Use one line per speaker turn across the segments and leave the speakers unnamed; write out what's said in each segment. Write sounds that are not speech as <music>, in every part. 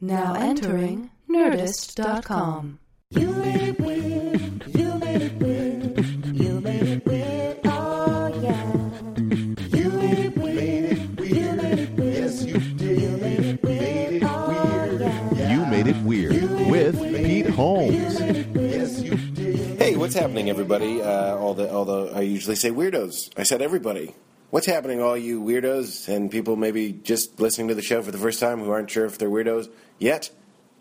Now entering Nerdist.com.
You made it weird. You made it weird. You made it weird. Oh yeah. You made it weird. You made it weird. Yes, you did. You made it weird. Oh yeah.
You Made It Weird with Pete Holmes.
Hey, what's happening, everybody? Uh, all the, although I usually say weirdos, I said everybody. What's happening, all you weirdos and people maybe just listening to the show for the first time who aren't sure if they're weirdos yet?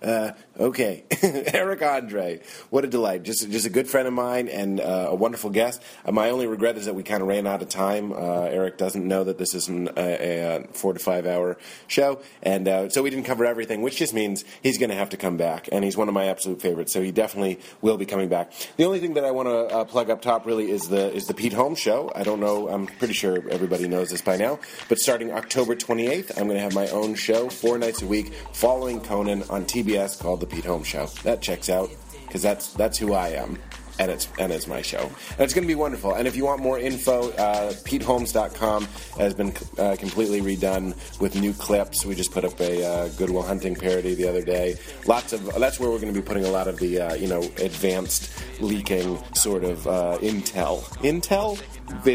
Uh, okay, <laughs> Eric Andre, what a delight! Just just a good friend of mine and uh, a wonderful guest. Uh, my only regret is that we kind of ran out of time. Uh, Eric doesn't know that this is an, a, a four to five hour show, and uh, so we didn't cover everything, which just means he's going to have to come back. And he's one of my absolute favorites, so he definitely will be coming back. The only thing that I want to uh, plug up top really is the is the Pete Holmes show. I don't know. I'm pretty sure everybody knows this by now, but starting October 28th, I'm going to have my own show four nights a week following Conan on TBS called the Pete Holmes Show. That checks out because that's that's who I am. And it's and it's my show. And it's going to be wonderful. And if you want more info, uh, PeteHolmes.com has been uh, completely redone with new clips. We just put up a uh, Goodwill Hunting parody the other day. Lots of that's where we're going to be putting a lot of the uh, you know advanced leaking sort of uh, intel, intel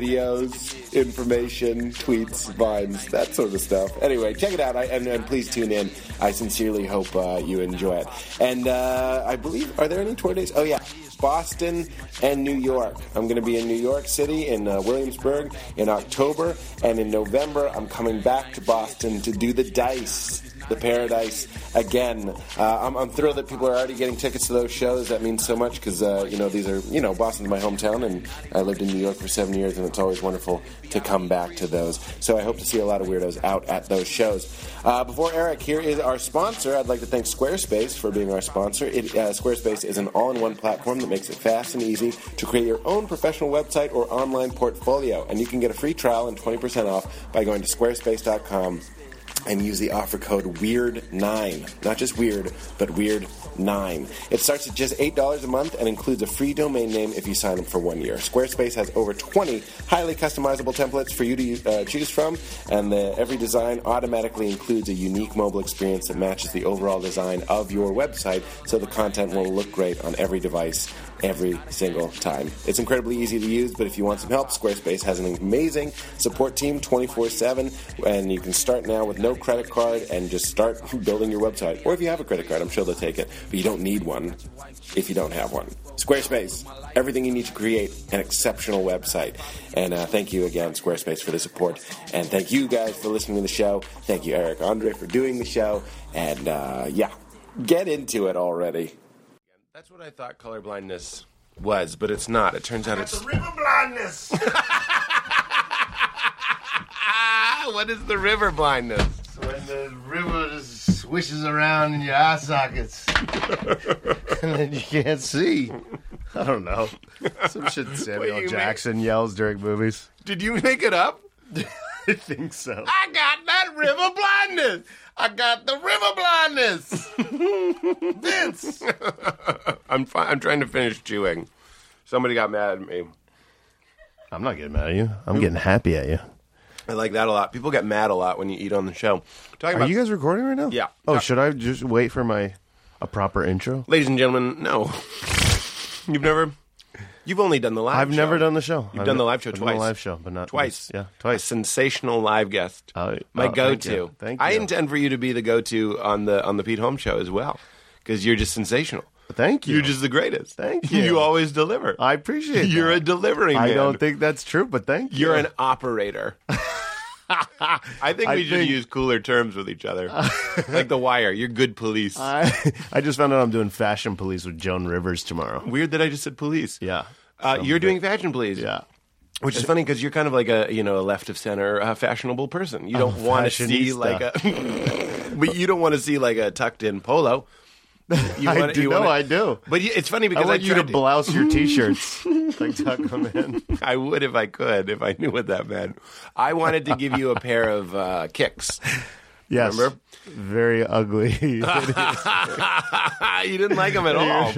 videos, information, tweets, vines, that sort of stuff. Anyway, check it out, I, and, and please tune in. I sincerely hope uh, you enjoy it. And uh, I believe, are there any tour days? Oh yeah, Boston and New York. I'm going to be in New York City in uh, Williamsburg in October, and in November I'm coming back to Boston to do the Dice the Paradise again. Uh, I'm, I'm thrilled that people are already getting tickets to those shows. That means so much because uh, you know these are you know Boston's my hometown, and I lived in New York for seven years, and it's always wonderful to come back to those. So I hope to see a lot of weirdos out at those shows. Uh, before Eric, here is our sponsor. I'd like to thank Squarespace for being our sponsor. It, uh, Squarespace is an all-in-one platform that makes it fast and easy to create your own professional website or online portfolio, and you can get a free trial and 20% off by going to squarespace.com and use the offer code WEIRD9. Not just weird, but WEIRD9. It starts at just $8 a month and includes a free domain name if you sign up for one year. Squarespace has over 20 highly customizable templates for you to uh, choose from, and the, every design automatically includes a unique mobile experience that matches the overall design of your website, so the content will look great on every device every single time. It's incredibly easy to use, but if you want some help, Squarespace has an amazing support team 24 7, and you can start now with no credit card and just start <laughs> building your website. Or if you have a credit card, I'm sure they'll take it, but you don't need one if you don't have one. Squarespace, everything you need to create an exceptional website. And uh, thank you again, Squarespace, for the support. And thank you guys for listening to the show. Thank you, Eric Andre, for doing the show. And uh, yeah, get into it already. That's what I thought colorblindness was, but it's not. It turns out it's
river blindness.
ah, what is the river blindness?
when the river just swishes around in your eye sockets, <laughs> and then you can't see. I don't know. Some shit
What do
Samuel
you
Jackson yells during movies.
Did you make it up?
<laughs> I think so.
I got that river blindness.
I got the river blindness. Vince.
I'm fi- I'm trying to finish chewing. Somebody got mad at me.
I'm not getting mad at you. I'm getting happy at you.
I like that a lot. People get mad a lot when you eat on the show. Talking
Are
about
you guys recording right now?
Yeah.
Oh, should I just wait for my a proper intro?
ladies and gentlemen, no. You've never you've only done the live
I've
show.
never done the show.
You've
I've
done
ne-
the live show
I've done
twice.
The live show, but not
Twice.
Yeah,
A
twice.
sensational live guest.
Oh,
My
oh,
go
thank
to.
you. Thank
I
you.
intend for you to be the go to on the on the Pete Holmes show as well. Because you're just sensational.
Thank you.
You're just the greatest.
Thank you.
You always deliver.
I appreciate.
<laughs> You're
that.
a delivery man.
I don't think that's true, but thank you.
You're an operator. I think
I
we should
think-
use cooler terms with each
<laughs>
other. like The Wire. You're good
<laughs>
police.
I, I just found out I'm doing fashion police with Joan Rivers tomorrow.
Weird that I just said police.
Yeah,
Uh, you're doing fashion police.
yeah.
Which is funny because you're kind of like a, you know, a left of center uh, fashionable person. You don't want to see
fashionista.
like a. <laughs> but you don't want to see like a tucked in polo.
<laughs>
You
I
wanna-
do.
wanna-
No, I do.
But you, it's funny
I
because I,
want you to
tried to
blouse your
<laughs>
t-shirts. like tuck them in.
I would if I could, if I knew what that meant. I wanted to give you a pair of uh,
<laughs>
kicks.
Yes.
Remember?
Very ugly. <laughs>
<laughs>
you
<laughs>
you didn't
<laughs>
like them at all.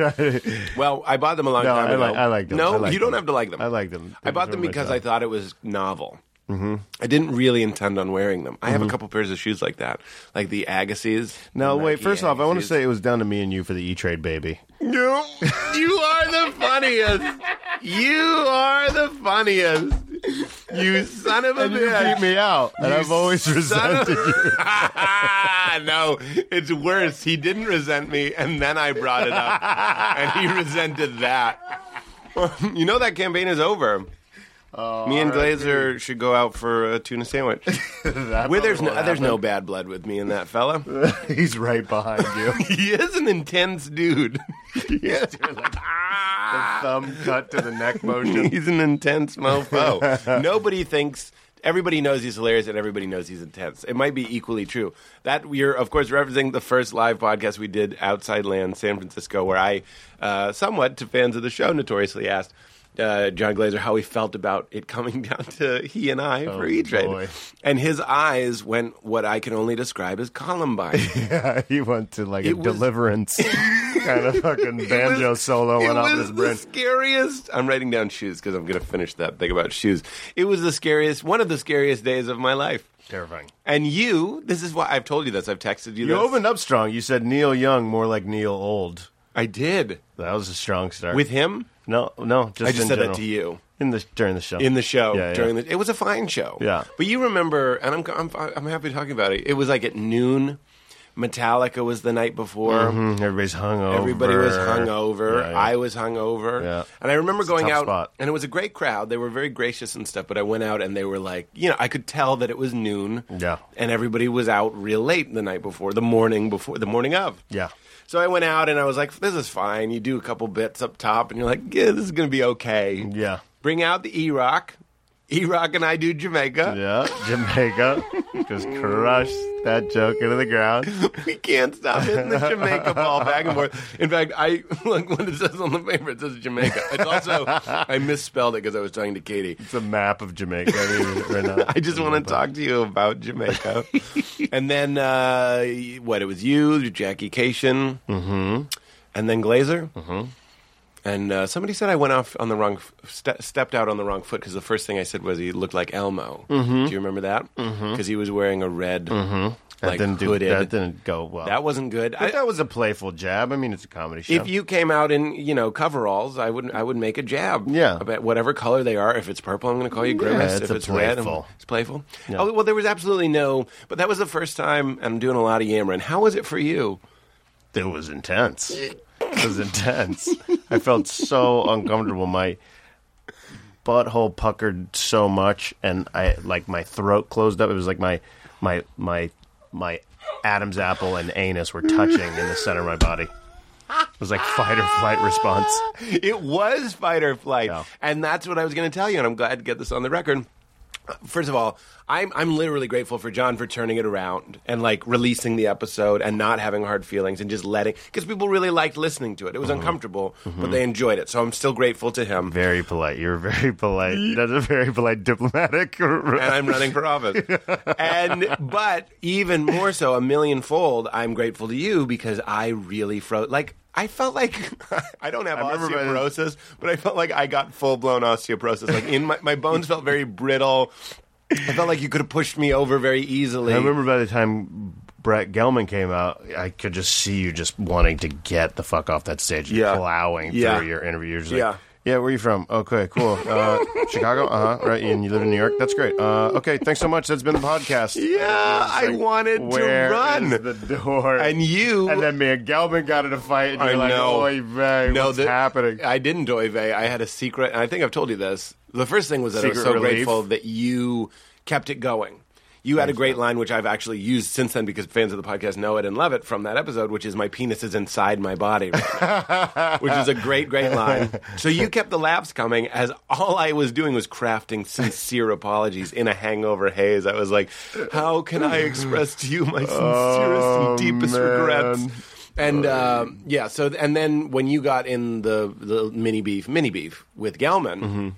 Well, I bought them a long
No,
time
I
ago.
like- I like them.
No,
I like
you don't
them.
have to like them.
I like them.
I bought
Those
them
were my
because
top.
I thought it was novel.
Mm-hmm.
I didn't really intend on wearing them. I have a couple pairs of shoes like that, like the Agassiz.
No,
Nike
wait. First off, I want to
Agassiz.
say it was down to me and you for the E Trade baby.
You, you are the
<laughs>
funniest. You are the funniest. You son of a
And you
bitch.
beat me out, and
You
I've always
son <laughs> of-
resented <laughs> you.
no, it's worse. He didn't resent me, and then I brought it up, and he resented that. <laughs> you know that campaign is over.
Oh,
me and Glazer should go out for a tuna
<laughs>
sandwich. Where there's no, there's no bad blood with me and
<laughs>
that fella.
He's right behind <laughs> you.
he is an intense dude. <laughs>
Thumb cut to <laughs> the neck <laughs> motion.
<laughs> he's an intense mofo. Nobody thinks. Everybody knows he's hilarious, and everybody knows he's intense. It might be equally true. That we're, of course, referencing the first live podcast we did outside land, San Francisco, where I, uh, somewhat to fans of the show, notoriously asked uh, John Glazer how he felt about it coming <laughs> down to he and I for E
boy.
Trade, and his eyes went what I can only describe as Columbine.
he went to like a
It was- <laughs>
deliverance kind of fucking banjo solo
it
went off
was
his
the
brain.
scariest. I'm writing down shoes because I'm going to finish that thing about shoes. It was the scariest, one of the scariest days of my life.
Terrifying.
And you, this is why I've told you this. I've texted you.
You
this.
opened up strong. You said Neil Young, more like Neil Old.
I did
That was a strong start.
with him.
no, no, just
I just
in
said
general.
that to you
in the during the show.
in the show
Yeah, yeah.
during the. It was a fine show.
Yeah.
But you remember, and I'm I'm I'm happy talking about it. It was like at noon. Metallica was the night before.
Mm, everybody's hungover.
Everybody was hungover.
Yeah, yeah.
I was hungover.
Yeah.
And I remember going
tough
out,
spot.
and it was a great crowd. They were very gracious and stuff. But I went out, and they were like, you know, I could tell that it was noon.
Yeah.
And everybody was out real late the night before, the morning before, the morning of.
Yeah.
So I went out, and I was like, this is fine. You do a couple bits up top, and you're like, yeah, this is going to be okay.
Yeah.
Bring out the E Rock. E Rock and I do Jamaica.
Yeah, Jamaica just crushed that joke into the ground.
we can't stop hitting
<laughs>
the Jamaica ball back and forth. In fact, I <laughs> look when it says on the paper, it says Jamaica. It's also I misspelled it because I was talking to Katie.
It's a map of Jamaica. I, mean, right now.
<laughs> I just want to talk to you
<laughs>
about Jamaica. and then uh, what? It was you, Jackie Cation, mm-hmm. and then Glazer. Mm-hmm. And uh, somebody said I went off on the wrong, f- ste- stepped out on the wrong foot because the first thing I said was he looked like Elmo.
Mm-hmm.
Do you remember that? Because he was wearing a red,
That
like
didn't do-
hooded.
That didn't go well.
that wasn't good.
but
I-
that was a playful jab. I mean, it's a comedy show.
If you came out in you know coveralls, I would I would make a jab.
Yeah.
about whatever color they are. If it's purple, I'm going to call you grimace.
it's
if
a
it's red, I'm-
playful.
it's playful.
Yeah.
Oh well, there was absolutely no. But that was the first time. And I'm doing a lot of yammering. How was it for you? <laughs>
it was intense. It was intense. I felt so uncomfortable. My butthole puckered so much, and I like my throat closed up. It was like my my my my Adam's apple and anus were touching in the center of my body. It was like fight or flight response.
It was fight or flight,
Yeah.
and that's what I was going to tell you. And I'm glad to get this on the record. First of all, I'm I'm literally grateful for John for turning it around and like releasing the episode and not having hard feelings and just letting because people really liked listening to it. It
Mm-hmm.
was uncomfortable, but they enjoyed it. So I'm still grateful to him.
Very polite. You're very polite. That's a very polite diplomatic.
and I'm running for
<laughs>
office. and but even more so, a million fold, I'm grateful to you because I really froze. Like I felt like <laughs> I don't have
I remember when-
osteoporosis, but I felt like I got full blown osteoporosis. Like in my my bones felt very brittle. I felt like you could have pushed me over very easily.
I remember by the time Brett Gelman came out, I could just see you just wanting to get the fuck off that stage, and
Yeah.
plowing
Yeah.
through your interview. You're just like,
Yeah.
yeah, where are you from? Okay,
<laughs>
cool. Uh, Chicago? Uh huh. Right. And you live in New York? That's great. Uh, okay, thanks so much. That's been the podcast.
yeah, I
Like,
wanted
where
to run,
is the door.
and you.
And then me and Gelman got in a fight, and
I
you're like,
know.
"Oy vey,
No,
what's
the-
happening?"
I didn't doive. I had a secret, and I think I've told you this. The first thing was that I was
Secret
so
relief.
grateful that you kept it going. You had a great line, which I've actually used since then because fans of the podcast know it and love it from that episode, which is "My penis is inside my body," right
<laughs>
now," which is a great, great line. So you kept the laughs coming as all I was doing was
<laughs>
crafting sincere apologies in a hangover haze. I was like, "How can I express to you my sincerest and deepest
Oh, man.
regrets?"
Oh,
And uh, yeah, so and then when you got in the the mini beef, mini beef with Gelman,
Mm-hmm.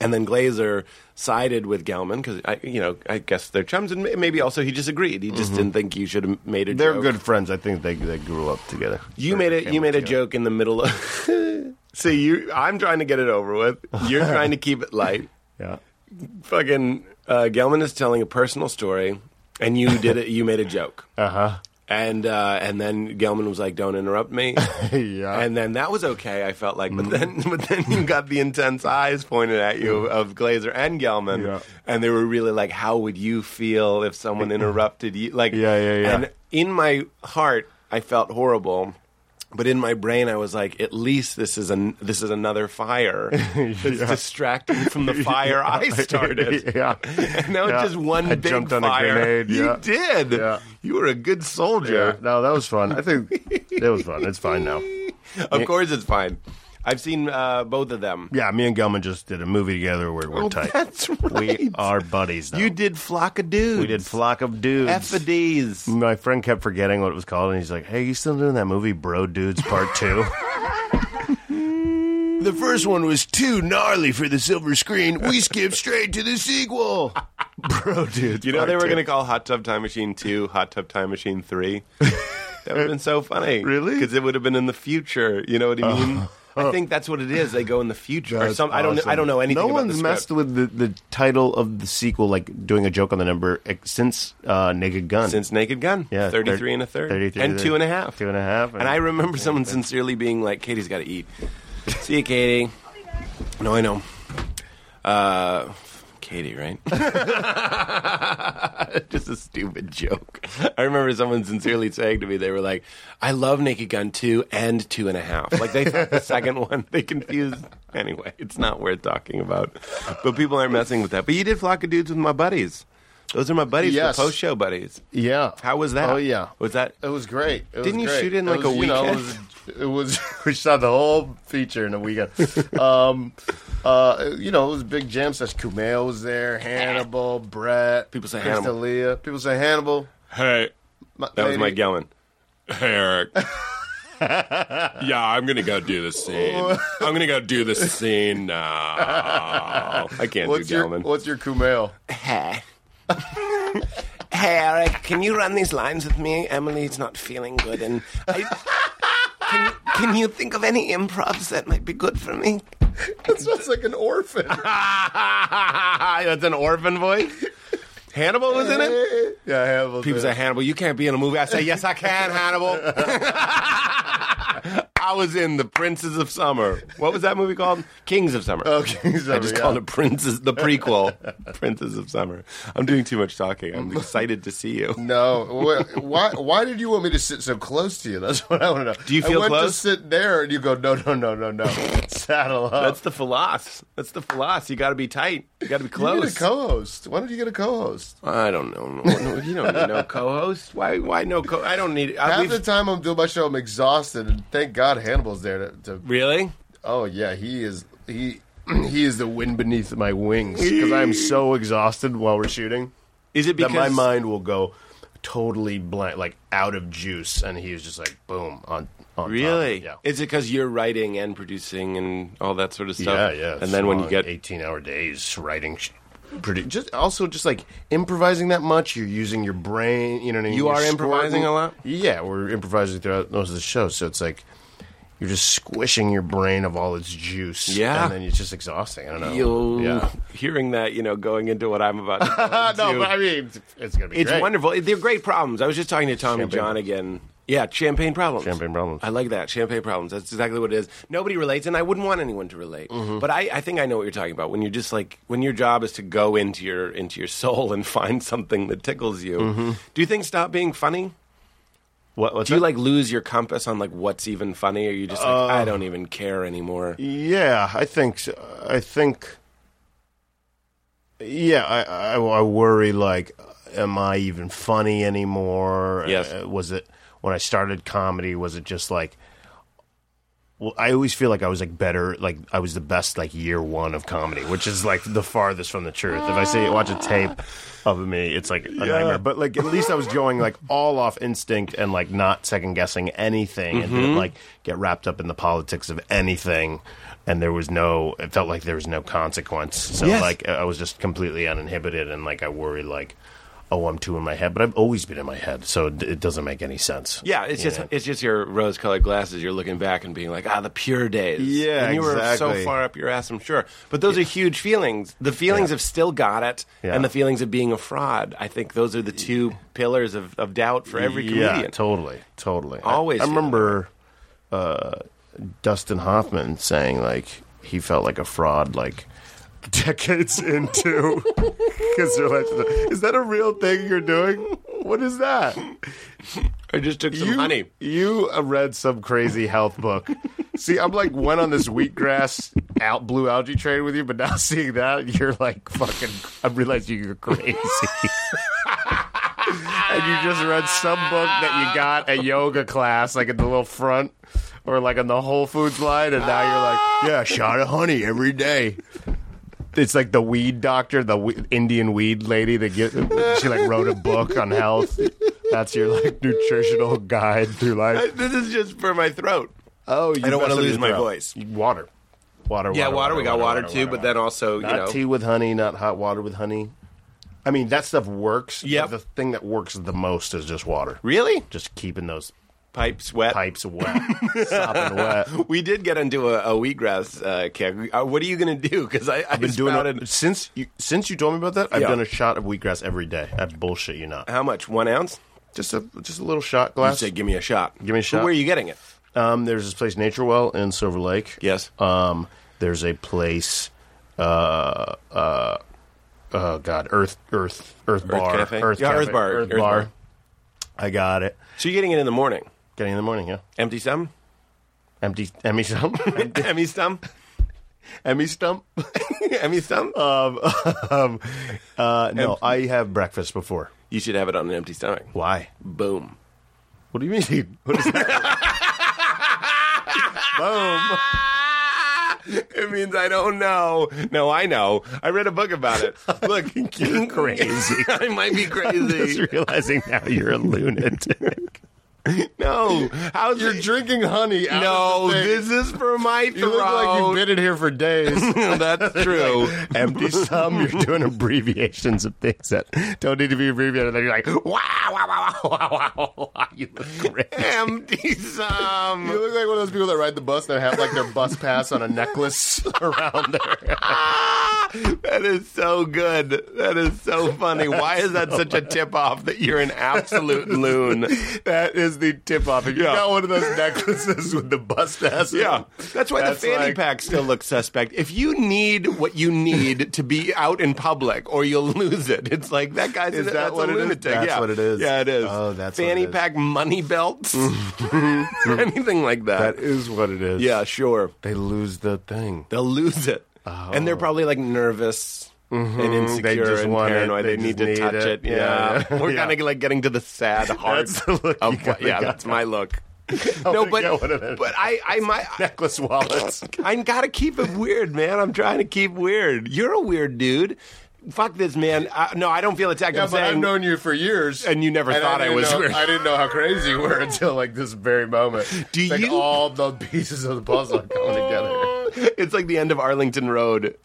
and then Glazer sided with Gelman because I, you know, I guess they're chums, and may- maybe also he just agreed. He just didn't think you should have made a.
Mm-hmm. They're
joke.
good friends. I think they they grew up together.
You made a
Came
you
up
made a
together.
joke in the middle of. <laughs>
<laughs>
so you, I'm trying to get it over with. You're trying to keep it light.
Yeah.
Fucking uh, Gelman is telling a personal story, and you did it. You made a
<laughs>
joke,
Uh
and uh, and then Gelman was like, "Don't interrupt me."
huh. <laughs> yeah. Mm-hmm.
And then that was okay, I felt like. But then, <laughs> but then you got the intense eyes pointed at you of Glazer and Gelman,
Yeah.
and they were really like, "How would you feel if someone interrupted you?" Like,
Yeah, yeah, yeah.
And in my heart, I felt horrible, but in my brain, I was like, "At least this is an this is
<laughs>
another fire that's distracting from the fire
<laughs>
I <laughs> started."
yeah.
And <laughs> now
Yeah.
it's just one
I
big
jumped on a
fire.
grenade,
You
yeah.
did.
Yeah.
You were a good soldier.
Yeah. No, that was fun. I
<laughs>
think it was fun. It's fine now.
Of course, it's fine. I've seen uh, both of them.
Yeah, me and Gelman just did a movie together where we're
Oh,
tight.
that's right.
We are buddies now.
You did Flock of Dudes.
we did Flock of Dudes.
F of D's.
My friend kept forgetting what it was called, and he's like, "Hey, you still doing that movie, Bro Dudes Part
<laughs>
2? the first one was too gnarly for the silver screen. We skipped straight to the sequel,
<laughs>
Bro Dudes.
You know
Part
they were
Two.
going to call Hot Tub Time Machine 2 Hot Tub Time Machine <laughs> 3? that would have been so funny.
Really?
Because it would have been in the future. You know what I mean? I think that's what it is. They go in the future. Or
That's
some, I, don't, know- I
awesome.
don't know anything
No
about
one's
the script.
messed with the, the title of the sequel, like doing a joke on the number, ex- since uh, Naked Gun.
Since Naked Gun.
Yeah, thir-
33 and a third.
33
and two and a half.
Two and a half,
And I remember someone sincerely being like, Katie's got to eat. See you, Katie. No, I know. Uh, Katie, right? <laughs> Just a stupid joke. I remember someone sincerely saying to me, they were like, I love Naked Gun 2 and 2.5. Like, they thought the second one, they confused. Anyway, it's not worth talking about. But people aren't messing with that. But you did Flock of Dudes with my buddies. Those are my buddies,
Yes.
the post show buddies.
yeah.
How was that?
Oh yeah,
Was that
It was great. It was
Didn't you
great.
shoot in,
It
like,
was,
a
you know, it
weekend?
was- it was, <laughs> we shot the whole feature in a
<laughs>
weekend. um, uh, you know, it was a big jam session. Kumail was there, Hannibal, Brett.
People say
Chris
Hannibal.
D'Elia. People say Hannibal.
Hey,
My
that was
lady-
my Gelman. Hey,
<laughs>
Eric. yeah, I'm gonna go do the scene. I'm gonna go do the scene now. I can't
What's
do
your
Gelman.
What's your Kumail? <laughs>
Hey. hey, Eric, can you run these lines with me? Emily's not feeling good, and I, can can you think of any improvs that might be good for me?
It sounds like an orphan.
<laughs> That's an orphan voice. Hannibal was in it.
yeah, Hannibal.
People say, Hannibal, you can't be in a movie. I say, yes, I
<laughs>
can, Hannibal. I was in The Princes of Summer. What was that movie called? Kings of Summer.
Oh, Kings of Summer,
I just
yeah.
called it Princes, the prequel, Princes of Summer. I'm doing too much talking. I'm excited to see you.
No, Wh- why? Why did you want me to sit so close to you? That's what I want to know.
Do you feel
I went
close?
to sit there, and you go, no, no, no, no, no. Saddle up.
That's the philos. That's the philos. You got to be tight. You got to be
You
close.
need a co-host. Why don't you get a co-host?
I don't know. No, You don't need no co-host. Why? Why no co? I don't need. I
Half the
leave,
time I'm doing my show, I'm exhausted, and thank God Hannibal's there. To, to
really?
oh yeah, he is he <clears throat> he is the wind beneath my wings because I'm so exhausted while we're shooting
Is it
that
because
my mind will go totally blank, like out of juice, and he was just like boom on on top.
Really?
yeah.
Is it because you're writing and producing and all that sort of
yeah,
stuff?
yeah.
And then when you get
eighteen hour days writing, sh- pretty just also just like improvising that much, you're using your brain. You know what I mean?
You
You're
are improvising
squirting-
a lot?
Yeah, we're improvising throughout most of the show, so it's like you're just squishing your brain of all its juice.
Yeah.
and then it's just exhausting. I don't know.
you
Yeah. Uh,
hearing that, you know, going into what I'm about. To go
<laughs> no,
into,
but I mean, it's- it's gonna be
it's
great.
wonderful. They're great problems. I was just talking to Tom and
Champagne
John again. Yeah, champagne problems.
Champagne problems.
I like that. Champagne problems. That's exactly what it is. Nobody relates, and I wouldn't want anyone to relate.
Mm-hmm.
But I, I think I know what you're talking about. When you're just like, when your job is to go into your into your soul and <laughs> find something that tickles you.
Mm-hmm.
Do you think stop being funny?
What, what's
Do you
that?
like lose your compass on like what's even funny? Or you just like I don't even care anymore?
Yeah, I think so. I think. Yeah, I, I I worry like, am I even funny anymore?
Yes.
Uh, was it when I started comedy? Was it just like? Well, I always feel like I was like better, like I was the best like year one of comedy, which is like the farthest from the truth. If I say watch a tape of me, it's like a nightmare. But like at least I was going like all off instinct and like not second guessing anything, and
Mm-hmm.
didn't like get wrapped up in the politics of anything. And there was no, it felt like there was no consequence. So
Yes.
like I was just completely uninhibited, and like I worried like oh, I'm two in my head, but I've always been in my head, so it, it doesn't make any sense.
Yeah, it's
You
just
know?
it's just your rose-colored glasses. You're looking back and being like, ah, the pure days.
Yeah,
and you were
exactly.
so far up your ass. I'm sure, but those are huge feelings. The feelings
Yeah.
of still got it,
Yeah.
and the feelings of being a fraud. I think those are the two pillars of, of doubt for every comedian.
Yeah, totally, totally. I-
Always
I,
feel that
remember uh, Dustin Hoffman saying like he felt like a fraud like <laughs> decades into <laughs> because they're like, is that a real thing you're doing? What is that?
I just took some
you,
honey. <laughs>
You uh, read some crazy health book. See, I'm like went on this wheatgrass out blue algae trade with you, but now <laughs> seeing that, you're like fucking. I'm realizing you're crazy. and you just read some book that you got at yoga class, like in the little front or like on the Whole Foods line, and now you're like, yeah, a shot of honey every day. It's like the weed doctor, the we- Indian weed lady that get, she like wrote a book on health. That's your like nutritional guide through
I-
life.
this is just for my throat.
Oh, you
I don't
messed
want to
up
lose
your
my
throat.
voice.
Water, water,
Yeah, water. we got water, too, but
water.
then also you
not
know
tea with honey, not hot water with honey. I mean, that stuff works. but
Yep.
the thing that works the most is just water.
really
Just keeping those
pipe sweat.
pipes wet, <laughs> sopping
<laughs>
wet.
We did get into a, a wheatgrass uh, keg. Uh, what are you going to do? Because I, I've
Been doing
sprouted,
it since you since you told me about that. I've
Yeah.
done a shot of wheatgrass every day. I bullshit you not.
How much? One ounce?
Just a just a little shot
You
glass.
said, give me a shot.
Give me a
But
shot.
Where are you getting it?
Um, there's this place, Nature Well in Silver Lake.
Yes.
Um, there's a place, uh, uh, oh god, Earth, Earth, Earth Bar,
Cafe? Yeah, Earth Bar,
Earth,
Earth
Bar.
Bar.
I got it.
So you're getting it in the morning.
Getting in the morning, yeah.
Empty <laughs> stem?
Empty, Emmy stump, <laughs>
Emmy stem? <laughs>
Emmy stump. <laughs>
Emmy stem?
Um, um, uh, no, I have breakfast before.
you should have it on an empty stomach.
Why?
Boom. <laughs>
What do you mean? <laughs> What is that? Boom.
It means I don't know. No, I know. I read a book about it. <laughs> Look,
You're <laughs> crazy.
<laughs> I might
<laughs>
be
Just
crazy.
realizing now you're a lunatic.
<laughs> No, how's
You're
it-
drinking honey. Out
No,
of the thing.
Oh, this is for my throat.
You look like you've been in here for days. <laughs>
<laughs> That's true.
Empty sum. You're doing abbreviations of things that don't need to be abbreviated. Then you're like, wow, wow, wow, wow, wow, wow, wow. You look great.
Empty sum.
You look like one of those people that ride the bus that have like their bus pass on a necklace <laughs> around their.
Ah, <laughs> that is so good. That
<laughs>
is so funny. Why is that such a tip off that you're an absolute loon?
<laughs> That is the tip off. If you
Yeah.
got one of those necklaces with the bus pass,
Yeah, that's why the fanny
like-
pack still looks suspect. If you need what you need to be out in public, or you'll <laughs> lose it, it's like that guy's
Is
a,
that
that's
what
a
it is?
lunatic.
That's
yeah.
what it is.
Yeah, it is.
Oh, that's what
fanny
it is.
pack
<laughs>
money belts, <laughs> anything like that.
that is what it is.
yeah, sure.
they lose the
<laughs>
thing.
They'll lose it, and they're probably like nervous. And insecure
Oh. Mm-hmm. just
and
want it.
paranoid.
They
They,
just
need to
need
touch
it.
it.
Yeah,
Yeah,
yeah.
<laughs> we're
Yeah.
kind of like getting to the sad heart.
That's the look
of
you
what-
gotta get.
yeah, that's
<laughs>
my look.
wanna
no, but
get one of those.
but I I might
Necklace <laughs> wallets.
I gotta keep it weird, man. I'm trying to keep weird. You're a weird dude. Fuck this, man. I, no, I don't feel attacked.
Yeah,
I'm
but
saying
I've known you for years,
And you never thought I
didn't
was
know-
weird.
I didn't know how crazy you were <laughs> until like this very moment.
Do
It's like
you-
all the pieces of the puzzle are coming together?
<laughs> it's like the end of Arlington Road.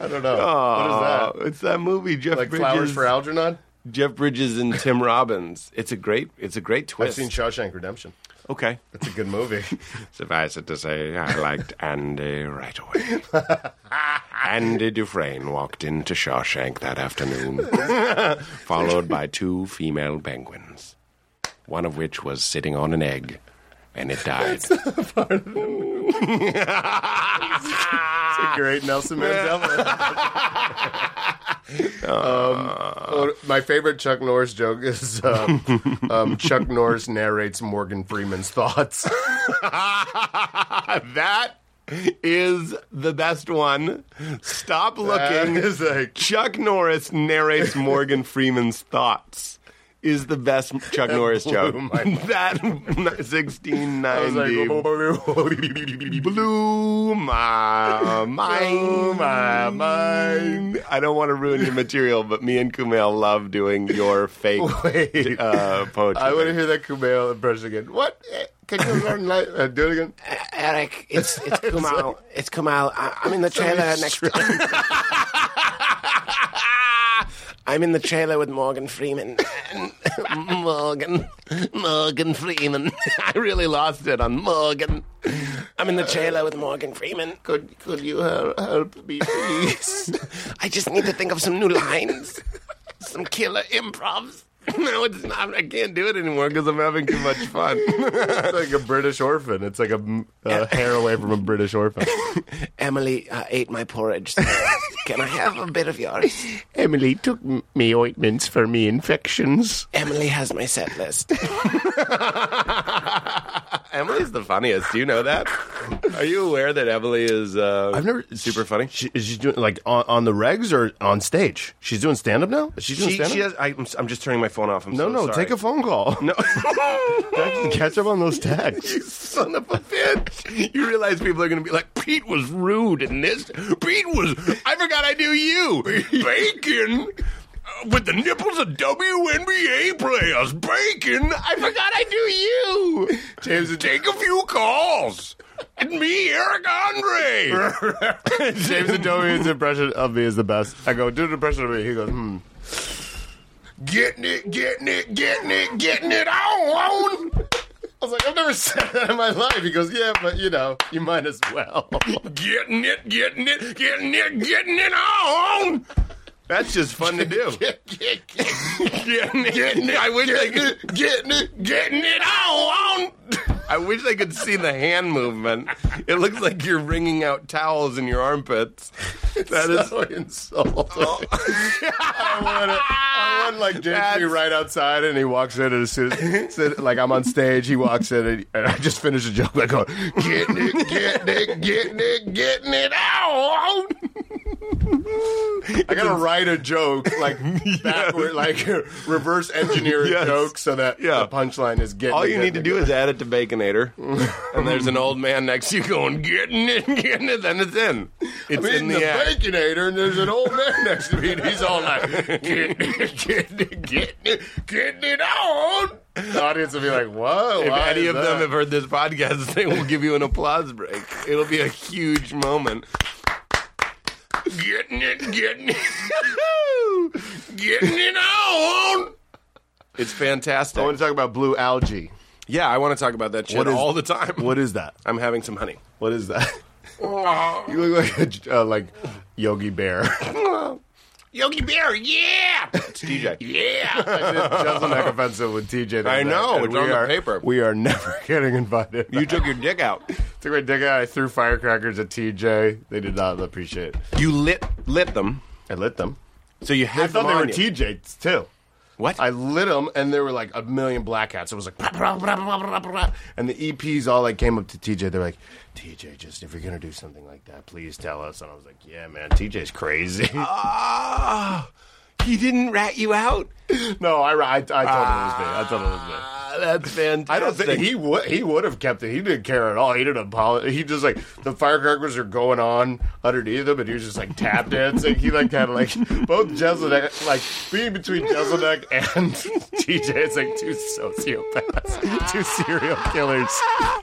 I don't know.
Aw,
what is that?
It's that movie, Jeff
Like
Bridges.
flowers for Algernon?
Jeff Bridges and Tim Robbins. It's a great. It's a great twist.
I've seen Shawshank Redemption.
okay.
It's a good movie.
<laughs> Suffice it to say, I liked Andy right away. <laughs> Andy Dufresne walked into Shawshank that <laughs> afternoon, followed by two female penguins, one of which was sitting on an egg, and it died.
Great Nelson
<laughs>
Mandela. <laughs> um, well, my favorite Chuck Norris joke is <laughs> um, um, Chuck Norris narrates Morgan Freeman's
<laughs>
thoughts.
<laughs> that is the best one. Stop looking.
That is like-
Chuck Norris narrates Morgan Freeman's thoughts. Is the best Chuck Norris
blew
joke.
my mind.
<laughs> That <laughs> 1690
I was like, <laughs>
blew my mind.
my
mind. uh, I don't want to ruin your material, but me and Kumail love doing your
<laughs>
fake
Wait.
uh, poetry.
I want to hear that Kumail impression again. What? Eh, Can you learn? Like, uh, do it again.
Eric, <laughs> it's it's Kumail. it's Kumail. I, I'm in the trailer next. <laughs> I'm in the trailer with Morgan Freeman. <laughs> Morgan, Morgan Freeman. <laughs> I really lost it on Morgan. I'm in the trailer with Morgan Freeman. Could could you uh, help me, please? <laughs> I just need to think of some new lines, some killer improvs. <laughs> No, it's not. I can't do it anymore because I'm having too much fun. <laughs>
It's like a British orphan. It's like a, mm, a hair away from a British orphan.
Emily uh, ate my porridge. so Can I have a bit of yours? Emily took me ointments for me infections. Emily has my set list. Emily's the funniest. Do you know that? Are you aware that Emily is uh,
I've never
super funny?
She, is she doing like on, on the regs or on stage? She's doing stand up now. She's doing
She,
stand up.
she has, I, I'm, I'm just turning my phone off. I'm
no,
so
no,
sorry.
take a phone call. <laughs>
No. <laughs>
catch up on those texts.
Son of a bitch. You realize people are going to be like, Pete was rude in this. Pete was, I forgot I
<laughs>
knew you. Bacon uh, with the nipples of WNBA players. Bacon, I forgot I knew you. James, take a few calls. And me, Eric
<laughs>
Andre.
<laughs> James Adobian's impression of me is the best. I go, do an impression of me. He goes, hmm.
getting it, getting it, getting it, getting it on.
I was like, I've never <laughs> said that in my life. He goes, yeah, but you know, you might as well. <laughs>
Getting it, getting it, getting it, getting it on.
That's just fun to do.
getting it, getting it, I wish I could getting it, getting it on. I wish I could see the
<laughs>
hand movement. It looks like you're wringing out towels in your armpits. That is
so
Oh.
insulting. I want it. I want like James to be
That's-
right outside, and he walks in, and as soon as so, like I'm on stage, he walks in, and, and I just finished a joke. I go,
getting
<laughs>
it, getting it, getting it, getting it on.
I gotta write a joke <laughs> like backward, like <laughs> reverse engineer a
Yes.
joke so that
Yeah.
the punchline is getting.
All
it,
you
getting
need to
it,
do is add it to Baconator, and there's an old man next to you going getting it, getting it, then it's in. It's
I'm eating
in the, act.
baconator, and there's an old man next to me, and he's all like, "Getting it, getting it, getting it, getting it on." The audience will be like, "Whoa!"
If
why
any
is
of
that?"
them have heard this podcast, <laughs> they will give you an applause break. It'll be a huge moment. Getting it, getting it, <laughs> getting it on.
I
It's
want
fantastic.
to talk about blue algae.
Yeah, I want to talk about that shit
Oh, What is-
all the time.
What is that?
I'm having some honey.
What is that? <laughs> You look like a, uh, like Yogi Bear. <laughs>
Yogi Bear, yeah. It's DJ. Yeah.
Jezelnik offensive with TJ. the
I
other
know,
night, and
it's
we
on the
are-
paper.
We are <laughs> never getting invited.
<laughs> You took your dick out.
Took my dick out. I <laughs> threw firecrackers at TJ. They did not appreciate it.
You lit lit them.
I lit them.
So you
I
had
thought
them
they were
on you.
TJ's too.
What?
I lit them, and there were like a million black hats. It was like, "Brah, brah, brah, brah, brah, brah," and the EPs all like came up to TJ. They're like, TJ, just if you're gonna do something like that, please tell us. And I was like, Yeah, man, TJ's crazy.
Ah, he didn't rat you out.
<laughs> no, I, I, I told him it was me. I told him it was me.
Ah, that's fantastic.
I don't think he would. He would have kept it. He didn't care at all. He didn't apologize. He just like the firecrackers are going on underneath him, and he was just like tap dancing. He like kind of like both Jezelnik, like being between Jezelnik and <laughs> TJ. It's like two sociopaths, two serial killers.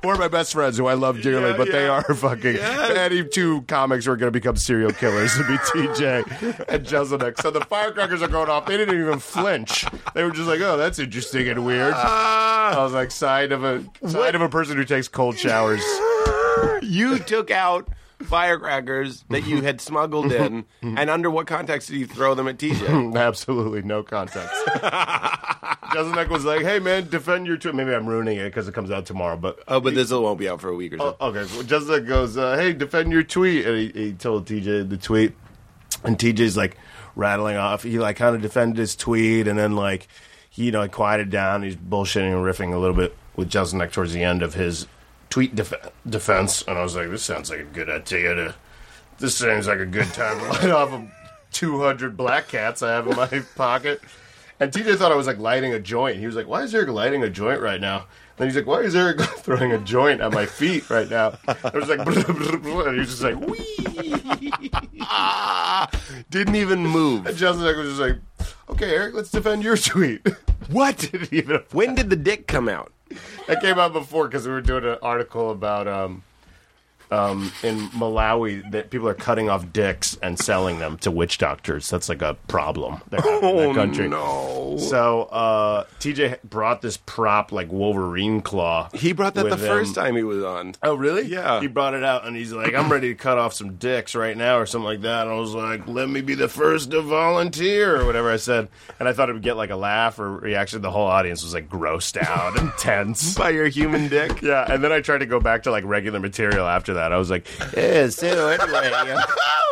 Four of my best friends who I love dearly,
Yeah,
but they
yeah.
are fucking
Yes.
any two comics who are going to become serial killers would be TJ and Jezelnik. So the firecrackers are going off. They didn't even flinch. They were just like, "Oh, that's interesting and weird." I was like, side of a side of a person who takes cold showers.
you took out firecrackers that you had
<laughs>
smuggled in, and under what context did you throw them at TJ?
Absolutely no
<laughs>
context. Jezelnik was like, "Hey man, defend your tweet." Maybe I'm ruining it because it comes out tomorrow, but.
Oh, but this won't be out for a week or so.
Oh, Okay, well, Jezelnik goes, uh, "Hey, defend your tweet," and he, he told TJ the tweet, and TJ's like rattling off. He like kind of defended his tweet, and then like he you know quieted down. He's bullshitting and riffing a little bit with Jezelnik towards the end of his tweet def- defense, and I was like, "This sounds like a good idea to." This seems like a good time to light off of 200 black cats I have in my <laughs> pocket. And TJ thought I was like lighting a joint. He was like, Why is Eric lighting a joint right now? And then he's like, Why is Eric <laughs> throwing a joint at my feet right now? I was like, <laughs> And he was just like, Wee.
<laughs> Didn't even move.
And Justin was just like, Okay, Eric, let's defend your tweet. <laughs>
What?
Didn't even-
When did the dick come out?
that came out before because we were doing an article about um, um, in Malawi that people are cutting off dicks and selling them to witch doctors. That's like a problem that happened in that country.
Oh, no.
So uh, TJ brought this prop like Wolverine claw.
He brought that the
with him.
first time he was on.
Oh, really?
Yeah.
He brought it out and he's like, I'm ready to cut off some dicks right now or something like that. And I was like, let me be the first to volunteer or whatever I said. And I thought it would get like a laugh or reaction. The whole audience was like grossed out and tense.
By your human
<laughs>
dick?
Yeah, and then I tried to go back to like regular material after that. I was like, yeah, so anyway,
<laughs>
uh,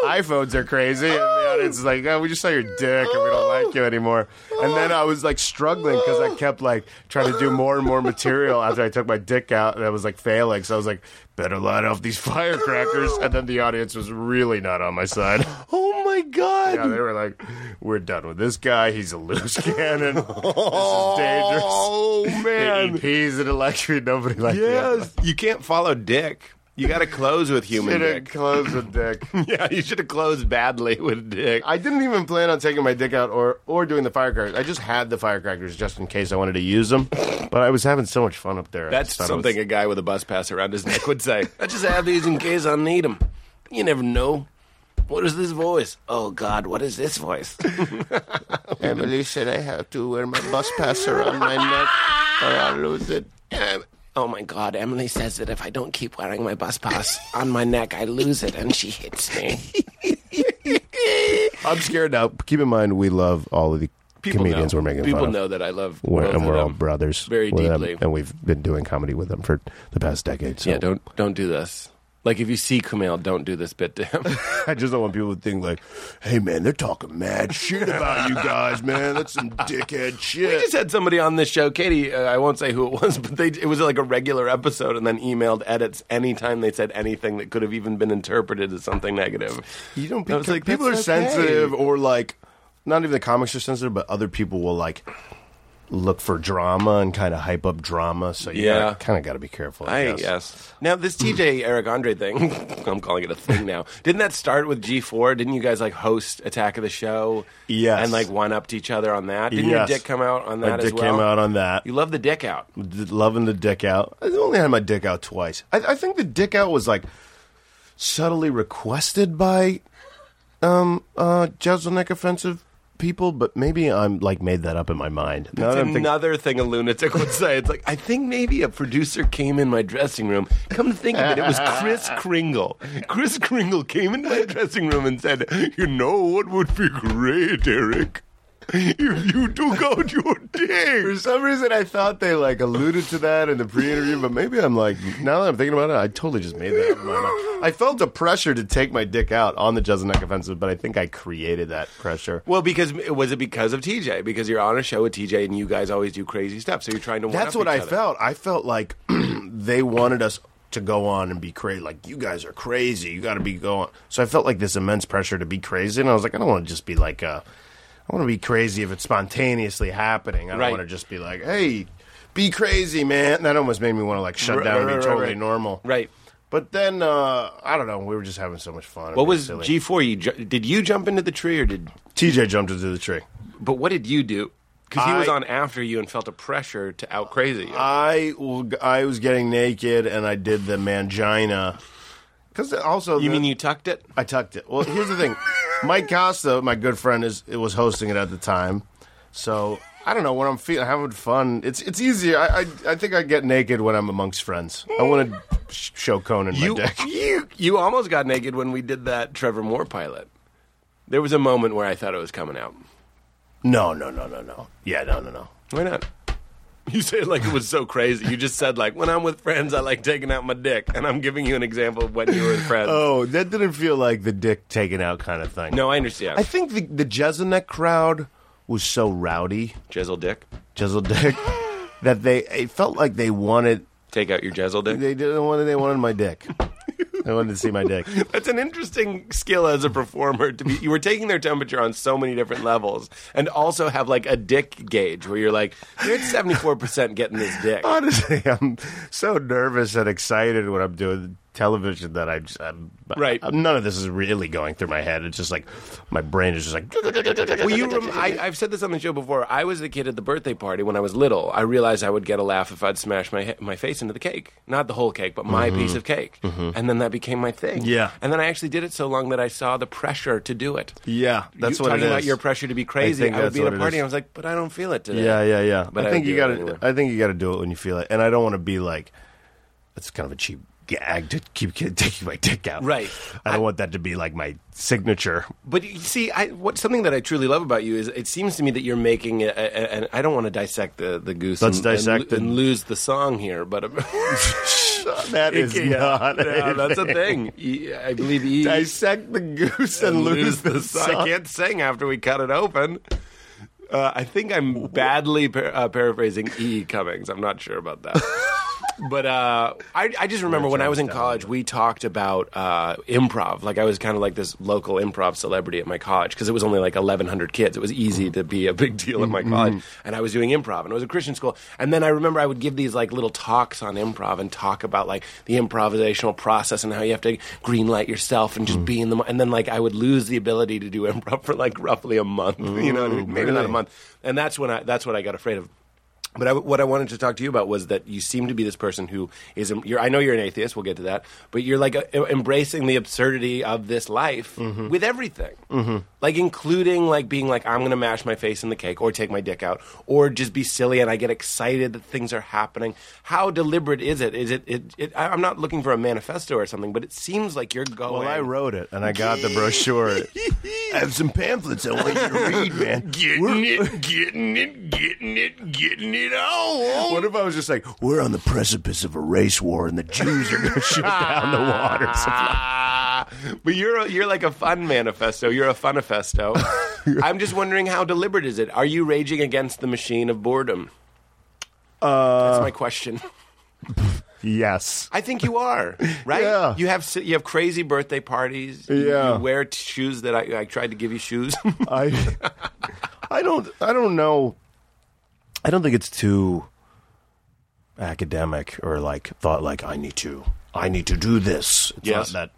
iPhones are crazy. And the audience is like, oh, we just saw your dick and we don't like you anymore. And then I was like struggling because I kept like trying to do more and more material after I took my dick out and I was like failing. So I was like, better light off these <laughs> firecrackers. And then the audience was really not on my side.
Oh my god.
Yeah, they were like, we're done with this guy. He's a loose cannon. This is dangerous. <laughs>
Oh
And
man.
he pees in electric. Nobody likes that.
yes. You can't follow dick. You got to close with human
Should have <laughs>
dick.
closed with dick.
<laughs> Yeah, you should have closed badly with dick.
I didn't even plan on taking my dick out or, or doing the firecrackers. I just had the firecrackers just in case I wanted to use them. But I was having so much fun up there. I
That's
just thought it was-
something a guy with a bus pass around his neck would say. <laughs> I just have these in case I need them. You never know. What is this voice? Oh God, what is this voice? <laughs>
Emily said I have to wear my bus pass around my neck or I'll lose it.
Um, oh my God, Emily says that if I don't keep wearing my bus pass on my neck, I lose it and she hits me.
I'm scared now. Keep in mind, we love all of the <laughs> comedians
know.
we're making
<laughs> People
fun of.
know that I love
We're,
both
and
of
we're all
them.
brothers.
Very
with them,
deeply.
and we've been doing comedy with them for the past decade. So
Yeah, don't don't do this. Like if you see Kumail, don't do this bit to him.
<laughs> I just don't want people to think like, hey, man, they're talking mad shit about you guys, man. That's some dickhead shit.
We just had somebody on this show, Katie. Uh, I won't say who it was, <laughs> but they, it was like a regular episode, and then emailed edits anytime they said anything that could have even been interpreted as something negative.
You don't.
I
Because
was like,
like people are
"That's okay."
sensitive, or like, not even the comics are sensitive, but other people will like look for drama and kind of hype up drama. So you
Yeah.
kind of got to be careful. I,
I
guess.
guess. Now this
<clears throat>
TJ Eric Andre thing, <laughs> I'm calling it a thing now. Didn't that start with G4? Didn't you guys like host Attack of the Show?
Yes.
And like one upped each other on that. Didn't
Yes.
your dick come out on
My
that as
dick
well?
came out on that.
You love the dick out.
D- loving the dick out. I only had my dick out twice. I, I think the dick out was like subtly requested by um uh Jeselnik offensive people, but maybe I'm like made that up in my mind. Now
It's
that I'm thinking-
another thing a lunatic would say. It's like, I think maybe a producer came in my dressing room. Come to think of it, it was <laughs> Chris Kringle. Chris Kringle came into my dressing room and said, You know what would be great, Eric? If you took out your
For
dick.
some reason, I thought they like alluded to that in the pre-interview, but maybe I'm like, now that I'm thinking about it, I totally just made that. Up in my mind. I felt the pressure to take my dick out on the Jeselnik offensive, but I think I created that pressure.
Well, because was it because of TJ? Because you're on a show with TJ and you guys always do crazy stuff. So you're trying to.
That's
one-up
what I
each other.
felt. I felt like <clears throat> they wanted us to go on and be crazy. Like you guys are crazy. You got to be going. So I felt like this immense pressure to be crazy, and I was like, I don't want to just be like uh, I want to be crazy if it's spontaneously happening. I don't
Right.
want to just be like, hey, be crazy, man. That almost made me want to like shut
Right,
down
right,
and
right,
be totally
right.
normal.
Right.
But then uh, I don't know. We were just having so much fun.
What was
G?
G4? You ju- did you jump into the tree or did?
TJ jumped into the tree.
But what did you do? Because he was
I-
on after you and felt a pressure to out crazy you.
I will- I was getting naked and I did the mangina. Because also
you
the-
mean you tucked it?
I tucked it. Well, here's the thing. Mike Costa, my good friend, is it was hosting it at the time. So I don't know when I'm feeling having fun. It's it's easier. I I, I think I get naked when I'm amongst friends. I want to show Conan my
You,
dick.
<laughs> you you almost got naked when we did that Trevor Moore pilot. There was a moment where I thought it was coming out.
No, no, no, no, no. Yeah, no, no, no.
Why not? You say it like it was so crazy. You just said like when I'm with friends, I like taking out my dick, and I'm giving you an example of when
<laughs>
you were with friends.
Oh, that didn't feel like the dick taken out kind of thing.
no, I understand.
I think the the Jeselnik crowd was so rowdy,
jizzle dick.
Jezel Dick, that they it felt like they wanted
Take out your jizzle dick.
they didn't want they wanted my dick. they wanted to see my dick.
That's an interesting skill as a performer to be. You were taking their temperature on so many different levels, and also have like a dick gauge where you're like, you're
<laughs>
at
Oh,
seventy four percent getting this dick.
Honestly, I'm so nervous and excited when I'm doing television that I just I'm,
Right.
I- none of this is really going through my head. It's just like my brain is just like <laughs>
Well, you rem- I, I've said this on the show before. I was the kid at the birthday party when I was little. I realized I would get a laugh if I'd smash my he- my face into the cake, not the whole cake, but my piece of cake, and then that became my thing.
Mm-hmm. Yeah.
and then I actually did it so long that I saw the pressure to do it.
yeah. That's
you,
what
talking
it is.
about your pressure to be crazy.
think
I, would
that's
be at
what
a
it
party.
is.
and I was like, but I don't feel it today.
Yeah, yeah, yeah.
But
I
I
think
do
you
it
got
anyway.
to. I think you got to do it when you feel it. And I don't want to be like, that's kind of a cheap gag to keep <laughs> kid- taking my dick out.
Right.
I don't want that to be like my signature.
<laughs> But you see, I, what something that I truly love about you is it seems to me that you're making. a- a- a- And I don't want to dissect the, the goose.
Let's
and, and
dissect
lo-
it.
and, lose the song
<laughs>
here, but <laughs>
That is
Yeah,
not.
no, that's a <laughs>
anything.
thing. E- I believe E
Dissect the goose and, lose, the
song. I
sun.
can't sing after we cut it open. Uh, I think I'm badly par- uh, paraphrasing E. E. Cummings. I'm not sure about that.
<laughs>
but uh, I, I just remember when I was in college, we talked about uh, improv. Like I was kind of like this local improv celebrity at my college because it was only like 1,100 kids. It was easy to be a big deal at my college, and I was doing improv, and it was a Christian school. And then I remember I would give these like little talks on improv and talk about like the improvisational process and how you have to green light yourself and just be in the. mo- And then like I would lose the ability to do <laughs> improv for like roughly a month. You know, what I mean? maybe not a month. And that's when I that's what I got afraid of. But I, what I wanted to talk to you about was that you seem to be this person who is. You're, I know you're an atheist. We'll get to that. But you're like uh, embracing the absurdity of this life
Mm-hmm.
with everything, like including like being like I'm going to mash my face in the cake or take my dick out or just be silly and I get excited that things are happening. How deliberate is it? Is it? it, it I, I'm not looking for a manifesto or something, but it seems like you're going.
Well, I wrote it and I got the <laughs> brochure. I have some pamphlets I want you to read, man. Getting it, getting it, getting it, getting it all. What if I was just like, we're on the precipice of a race war and the Jews are going to <laughs> shoot down the water supply?
Ah, <laughs> but you're a, you're like a fun manifesto. You're a funifesto.
<laughs>
I'm just wondering how deliberate is it? Are you raging against the machine of boredom? Uh, That's my question.
Yes.
I think you
<laughs>
are right.
Yeah.
You have si- you have crazy birthday parties. You-
Yeah.
You wear t- shoes that I, I tried to give you shoes. <laughs>
I I don't I don't know. I don't think it's too academic or like thought like I need to I need to do this. It's
Yes.
not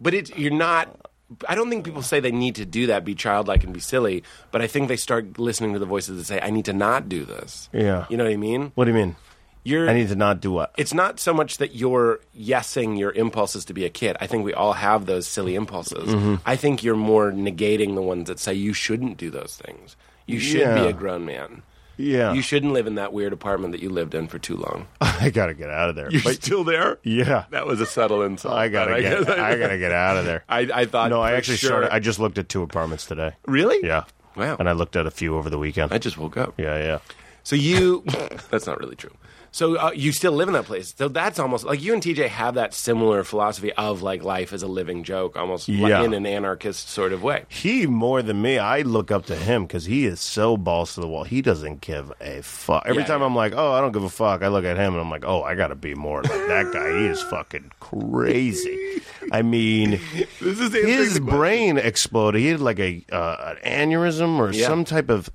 but it, you're not. I don't think people say they need to do that, be childlike and be silly. But I think they start listening to the voices that say, "I need to not do this."
Yeah.
You know what I mean?
What do you mean?
You're
I need to not do what? <laughs>
it's not so much that you're yesing your impulses to be a kid. I think we all have those silly impulses.
Mm-hmm.
I think you're more negating the ones that say you shouldn't do those things. You should
Yeah.
be a grown man.
Yeah.
You shouldn't live in that weird apartment that you lived in for
<laughs>
too long.
I gotta get out of there. But-
still there?
yeah.
That was a subtle insult.
I
<laughs>
gotta
but
get
guess
I gotta get out of there.
I, I thought.
no, I
for
actually
sure-
started I just looked at two apartments today.
really?
Yeah.
Wow.
And I looked at a few over the weekend.
I just woke up.
yeah, yeah.
So you,
<laughs>
that's not really true. So uh, you still live in that place. So that's almost like you and TJ have that similar philosophy of like life is a living joke, almost like
Yeah.
in an anarchist sort of way.
He more than me. I look up to him because he is so balls to the wall. He doesn't give a fuck. Every
Yeah,
time
yeah.
I'm like, oh, I don't give a fuck. I look at him and I'm like, oh, I gotta be more like that guy. He is fucking crazy. I mean,
<laughs> This is
his brain exploded. He had like a uh, an aneurysm or
Yeah.
some type of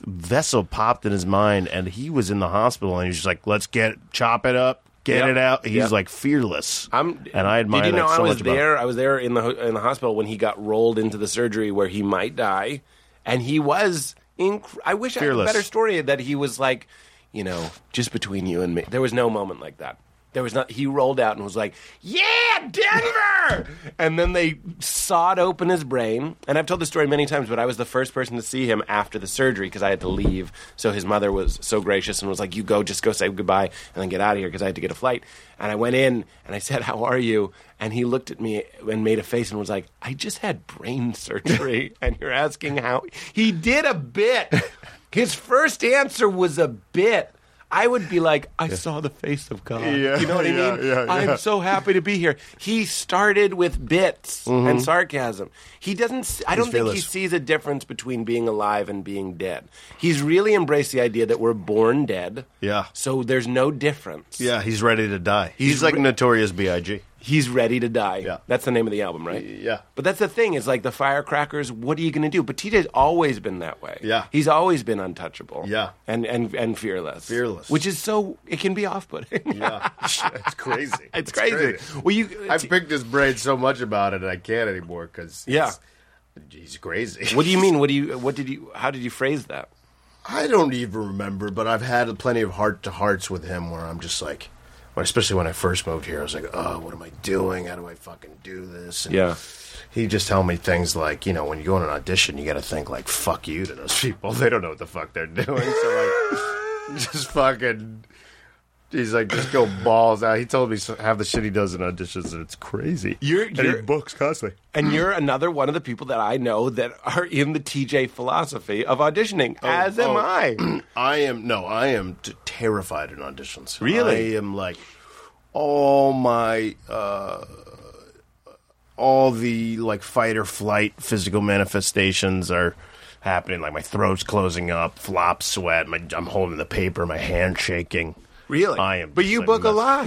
vessel popped in his mind, and he was in the hospital. And he was just like, let's get chop it up, get
Yep.
it out. He's
Yep.
like fearless.
I'm,
and I admire
Did you know
that so
I was
much about
there? I was there in the ho- in the hospital when he got rolled into the surgery where he might die, and he was. Inc- I wish I
Fearless.
had a better story that he was like, you know, just between you and me. There was no moment like that. There was not. He rolled out and was like, "Yeah, Denver!" and then they sawed open his brain. And I've told this story many times, but I was the first person to see him after the surgery because I had to leave. So his mother was so gracious and was like, "You go, just go say goodbye, and then get out of here because I had to get a flight." And I went in and I said, "How are you?" And he looked at me and made a face and was like, "I just had brain surgery, and you're asking how?" He did a bit. His first answer was a bit. I would be like, I saw the face of God.
Yeah,
you know what
yeah,
I mean?
yeah, yeah.
I'm so happy to be here. He started with bits and sarcasm. He doesn't. s- I don't think he
Mm-hmm. fearless.
sees a difference between being alive and being dead. He's really embraced the idea that we're born dead.
Yeah.
So there's no difference.
Yeah, he's ready to die. He's,
He's
like
re-
notorious B.I.G.
He's ready to die.
Yeah.
That's the name of the album, right?
Yeah.
But that's the thing is like the firecrackers. What are you going to do? But TJ's always been that way.
Yeah.
He's always been untouchable.
Yeah.
And and and fearless.
Fearless.
Which is so it can be
<laughs>
off-putting.
Yeah, it's crazy.
<laughs> it's, crazy. Well, you.
I've picked his brain so much about it, and I can't anymore because
Yeah.
he's crazy.
<laughs> what do you mean? What do you? What did you? How did you phrase that?
<laughs> I don't even remember, but I've had plenty of heart to hearts with him where I'm just like, well, especially when I first moved here, I was like, oh, what am I doing? How do I fucking do this? And
Yeah.
He just tell me things like, you know, when you go on an audition, you got to think like, fuck you to those <laughs> people. They don't know what the fuck they're doing. So
<laughs>
like, just fucking. He's like, just go balls out. He told me so- half the shit he does in auditions, and it's crazy.
You're-
and
you're-
he books constantly.
And you're another one of the people that I know that are in the TJ philosophy of auditioning, as am
oh. <clears throat>
I.
I am no, I am t- terrified in auditions.
Really?
I am like all my uh, all the like fight or flight physical manifestations are happening. Like my throat's closing up, flop sweat. My, I'm holding the paper, my hand shaking.
Really?
I am.
But you book a lot.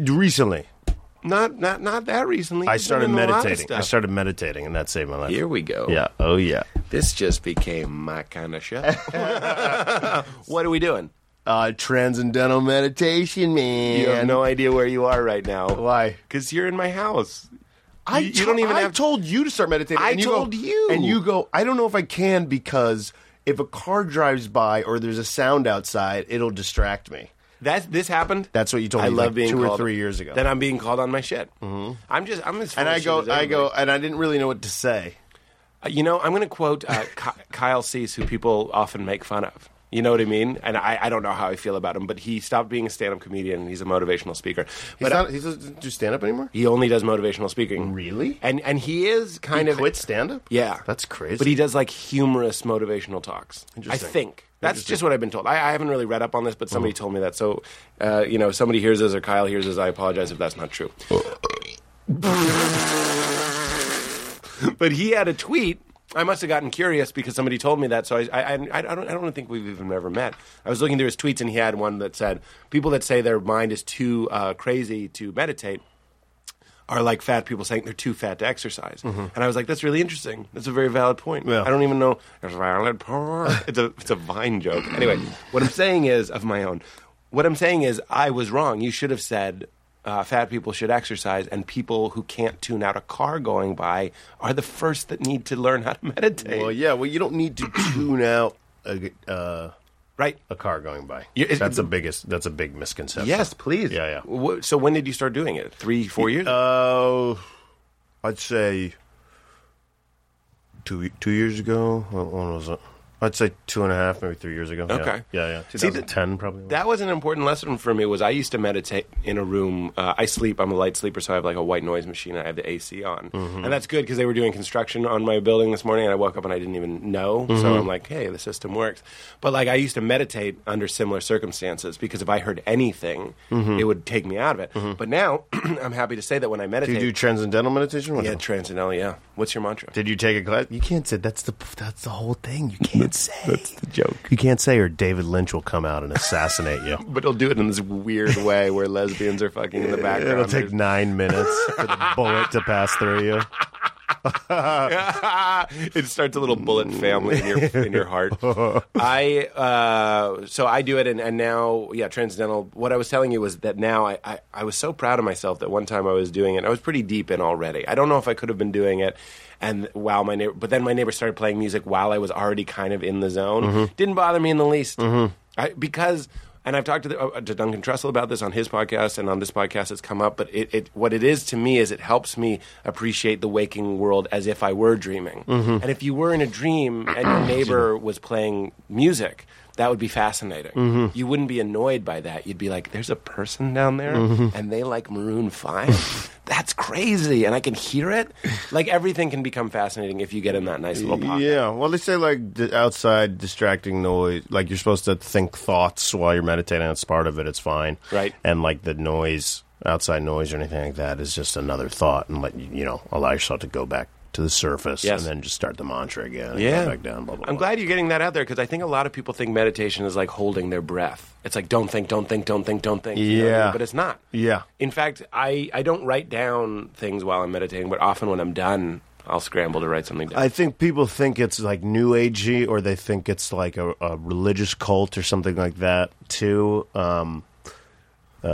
Recently,
Not not not that recently.
I
You've been
started
in a lot of
meditating. I
stuff.
started meditating, and that saved my life.
Here we go.
Yeah. Oh yeah.
This just became my kind
<laughs>
of show. what are we doing?
Uh, transcendental meditation, man.
You have no idea where you are right now.
Why?
Because you're in my house.
I
You- you
to-
don't even
I
have-
told you to start meditating.
I
and you
told
go,
you.
and you go. I don't know if I can because if a car drives by or there's a sound outside, it'll distract me.
That's this happened.
That's what you told
I
me,
love
like,
being
two or
called-
three years ago.
That I'm being called on my shit. Mm-hmm. I'm just I'm as full
And
of
I
shit
go,
as
I go,
everybody.
and I didn't really know what to say.
Uh, You know, I'm going to quote uh, Ky- Kyle Cease, who people often make fun of. You know what I mean? And I, I don't know how I feel about him, but he stopped being a stand-up comedian and he's a motivational speaker.
He's
But
not, he doesn't do stand up anymore.
he only does motivational speaking.
Really?
And and he is kind
He
of
quit stand up.
Yeah,
that's crazy.
But he does like humorous motivational talks.
Interesting. Mm.
I think that's just what I've been told. I, I haven't really read up on this, but somebody told me that. So, uh, you know, if somebody hears this or Kyle hears this. I apologize if that's not true. <laughs> but he had a tweet. I must have gotten curious because somebody told me that. So I, I, I, I don't, I don't think we've even ever met. I was looking through his tweets and he had one that said, "People that say their mind is too uh, crazy to meditate." are like fat people saying they're too fat to exercise. And I was like, that's really interesting. That's a very valid point.
Mm-hmm. Yeah.
I don't even know. It's a valid point.
<laughs>
It's a, it's a vine joke. Anyway, what I'm saying is, of my own, what I'm saying is, I was wrong. You should have said uh, fat people should exercise, and people who can't tune out a car going by are the first that need to learn how to <laughs> meditate.
Well, yeah. Well, you don't need to tune out a, uh,
right?
a car going by.
Yeah, it-
that's the biggest. That's a big misconception.
Yes, please.
Yeah, yeah.
Wh- So when did you start doing it? Three, four years?
Uh, I'd say two two years ago. When when was it? I'd say two and a half, maybe three years ago. Yeah.
Okay.
Yeah, yeah.
See, the-
2010, probably.
That was an important lesson for me. Was I used to meditate in a room. Uh, I sleep. I'm a light sleeper, so I have like a white noise machine. And I have the AC on,
Mm-hmm.
and that's good because they were doing construction on my building this morning, and I woke up and I didn't even know.
Mm-hmm.
So I'm like, hey, the system works. But like, I used to meditate under similar circumstances because if I heard anything,
Mm-hmm.
it would take me out of it. But now <clears throat> I'm happy to say that when I
do Mm-hmm. you
meditate,
do transcendental meditation? What
yeah,
the-
transcendental. Yeah, what's your mantra?
Did you take a class? You can't say that's the that's the whole thing. You can't say that's the
joke.
You can't say, or David Lynch will come out and assassinate you.
but it'll do it in this weird way where lesbians are fucking <laughs> in the
<laughs>
background.
It'll take
There's-
nine minutes for the bullet to pass through you.
<laughs> it starts a little bullet family in your in your heart. I uh, so I do it, and, and now yeah, transcendental. What I was telling you was that now I, I I was so proud of myself that one time I was doing it. I was pretty deep in already. I don't know if I could have been doing it. And while my neighbor, but then my neighbor started playing music while I was already kind of in the zone. Didn't bother me in the least I, because. And I've talked to, the, uh, to Duncan Trussell about this on his podcast and on this podcast. It's come up, but it, it what it is to me is it helps me appreciate the waking world as if I were dreaming. And if you were in a dream and your neighbor was playing music, that would be fascinating. You wouldn't be annoyed by that. You'd be like, "There's a person down there, and they like Maroon 5? That's crazy!" And I can hear it. Like everything can become fascinating if you get in that nice little pocket.
Yeah, well, they say like di- outside distracting noise, like you're supposed to think thoughts while you're meditating. That's part of it. It's fine,
Right.
And like the noise, outside noise or anything like that, is just another thought, and let you you know allow yourself to go back to the surface
Yes.
and then just start the mantra again. and
Yeah.
go back down. Blah blah.
I'm
blah.
glad you're getting that out there because I think a lot of people think meditation is like holding their breath. It's like don't think, don't think, don't think, don't think. you know what I mean?
Yeah.
but it's not.
Yeah.
In fact, I I don't write down things while I'm meditating, but often when I'm done, I'll scramble to write something down.
I think people think it's like new agey, or they think it's like a, a religious cult or something like that too. Um, um,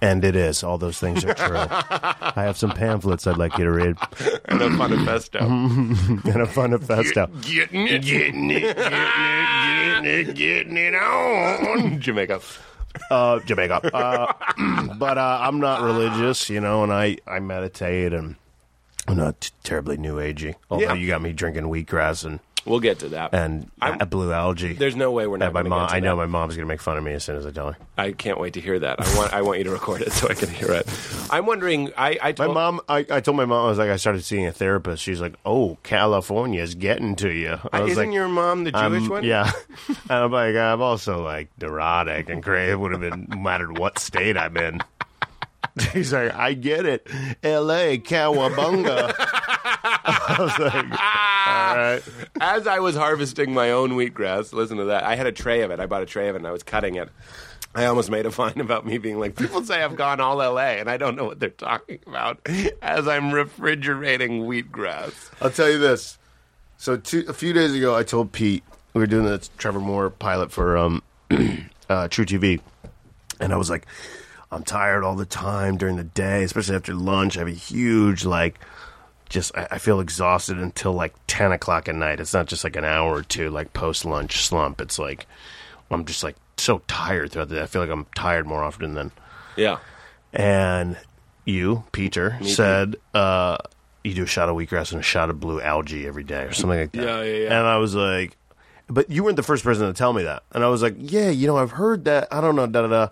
and it is. All those things are
<laughs>
true. I have some pamphlets I'd like you to read <laughs>
and a manifesto.
Mm-hmm. and a manifesto.
getting it, getting it, getting it, getting it, getting it on <laughs> Jamaica.
<laughs> uh, Jamaica. Uh, <clears throat> but uh, I'm not religious, you know, and I, I meditate and I'm not t- terribly new agey. Although
Yeah.
you got me drinking wheatgrass and
We'll get to that.
and
I'm-
a blue algae.
there's no way we're not.
And my
gonna
mom.
get to
I know
that.
my mom's gonna make fun of me as soon as I tell her.
I can't wait to hear that. I want I want you to record it so I can hear it. I'm wondering. I I
My
told,
mom. I, I told my mom I was like I started seeing a therapist. She's like, "Oh, California's getting to you." I was
Isn't
like,
your mom the Jewish
I'm-
one? <laughs>
Yeah. and I'm like, I'm also like neurotic and crazy. It would have been no mattered what state I'm in. <laughs> He's like, I get it. LA, Cowabunga. I was like, all right.
As I was harvesting my own wheatgrass, listen to that. I had a tray of it. I bought a tray of it and I was cutting it. I almost made a fine <laughs> about me being like, people say I've gone all LA and I don't know what they're talking about as I'm refrigerating wheatgrass.
I'll tell you this. So two, a few days ago, I told Pete we were doing the Trevor Moore pilot for um, <clears throat> uh, True TV, and I was like, I'm tired all the time during the day, especially after lunch. I have a huge like, just I, I feel exhausted until like ten o'clock at night. It's not just like an hour or two like post lunch slump. It's like I'm just like so tired throughout the day. I feel like I'm tired more often than
Yeah.
and you, Peter, said uh, you do a shot of wheatgrass and a shot of blue algae every day or something like that.
Yeah, yeah, yeah.
And I was like, but you weren't the first person to tell me that. And I was like, yeah, you know, I've heard that. I don't know, da da da.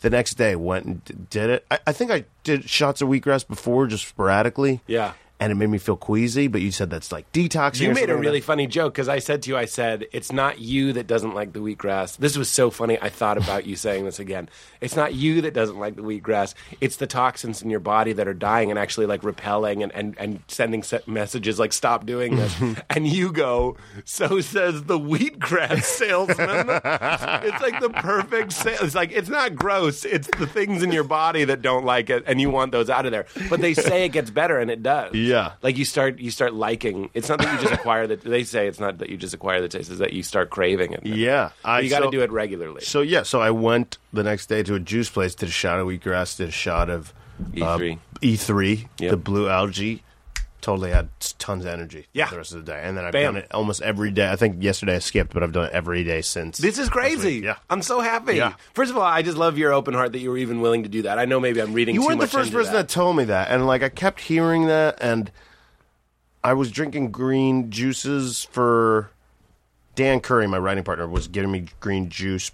The next day, went and d- did it. I, I think I did shots of wheatgrass before, just sporadically.
Yeah.
And it made me feel queasy, but you said that's like detoxing.
You
or
made a
something like
really
that.
funny joke because I said to you, I said, it's not you that doesn't like the wheatgrass. This was so funny. I thought about you saying this again. It's not you that doesn't like the wheatgrass. It's the toxins in your body that are dying and actually like repelling and, and, and sending se- messages like, stop doing this.
Mm-hmm.
and you go, so says the wheatgrass salesman. it's like the perfect sale. It's like, it's not gross. It's the things in your body that don't like it and you want those out of there. But they say it gets better and it does
Yeah.
like you start you start liking it's not that
<laughs>
you just acquire the they say it's not that you just acquire the taste it's that you start craving it
Yeah, I,
you got to
so-
do it regularly
So yeah, so I went the next day to a juice place, did a shot of wheatgrass, did a shot of
E3.
E three,
Yep.
the blue algae. Totally had s- tons of energy.
Yeah.
the rest of the day, and then I've
Bam.
done it almost every day. I think yesterday I skipped, but I've done it every day since.
this is crazy
Yeah.
i'm so happy
Yeah.
first of all i just love your open heart that you were even willing to do that i know maybe i'm reading
you
too
weren't the
much
first
into
person that.
that.
told me that, and like I kept hearing that, and I was drinking green juices for Dan Curry, my writing partner, was giving me green juice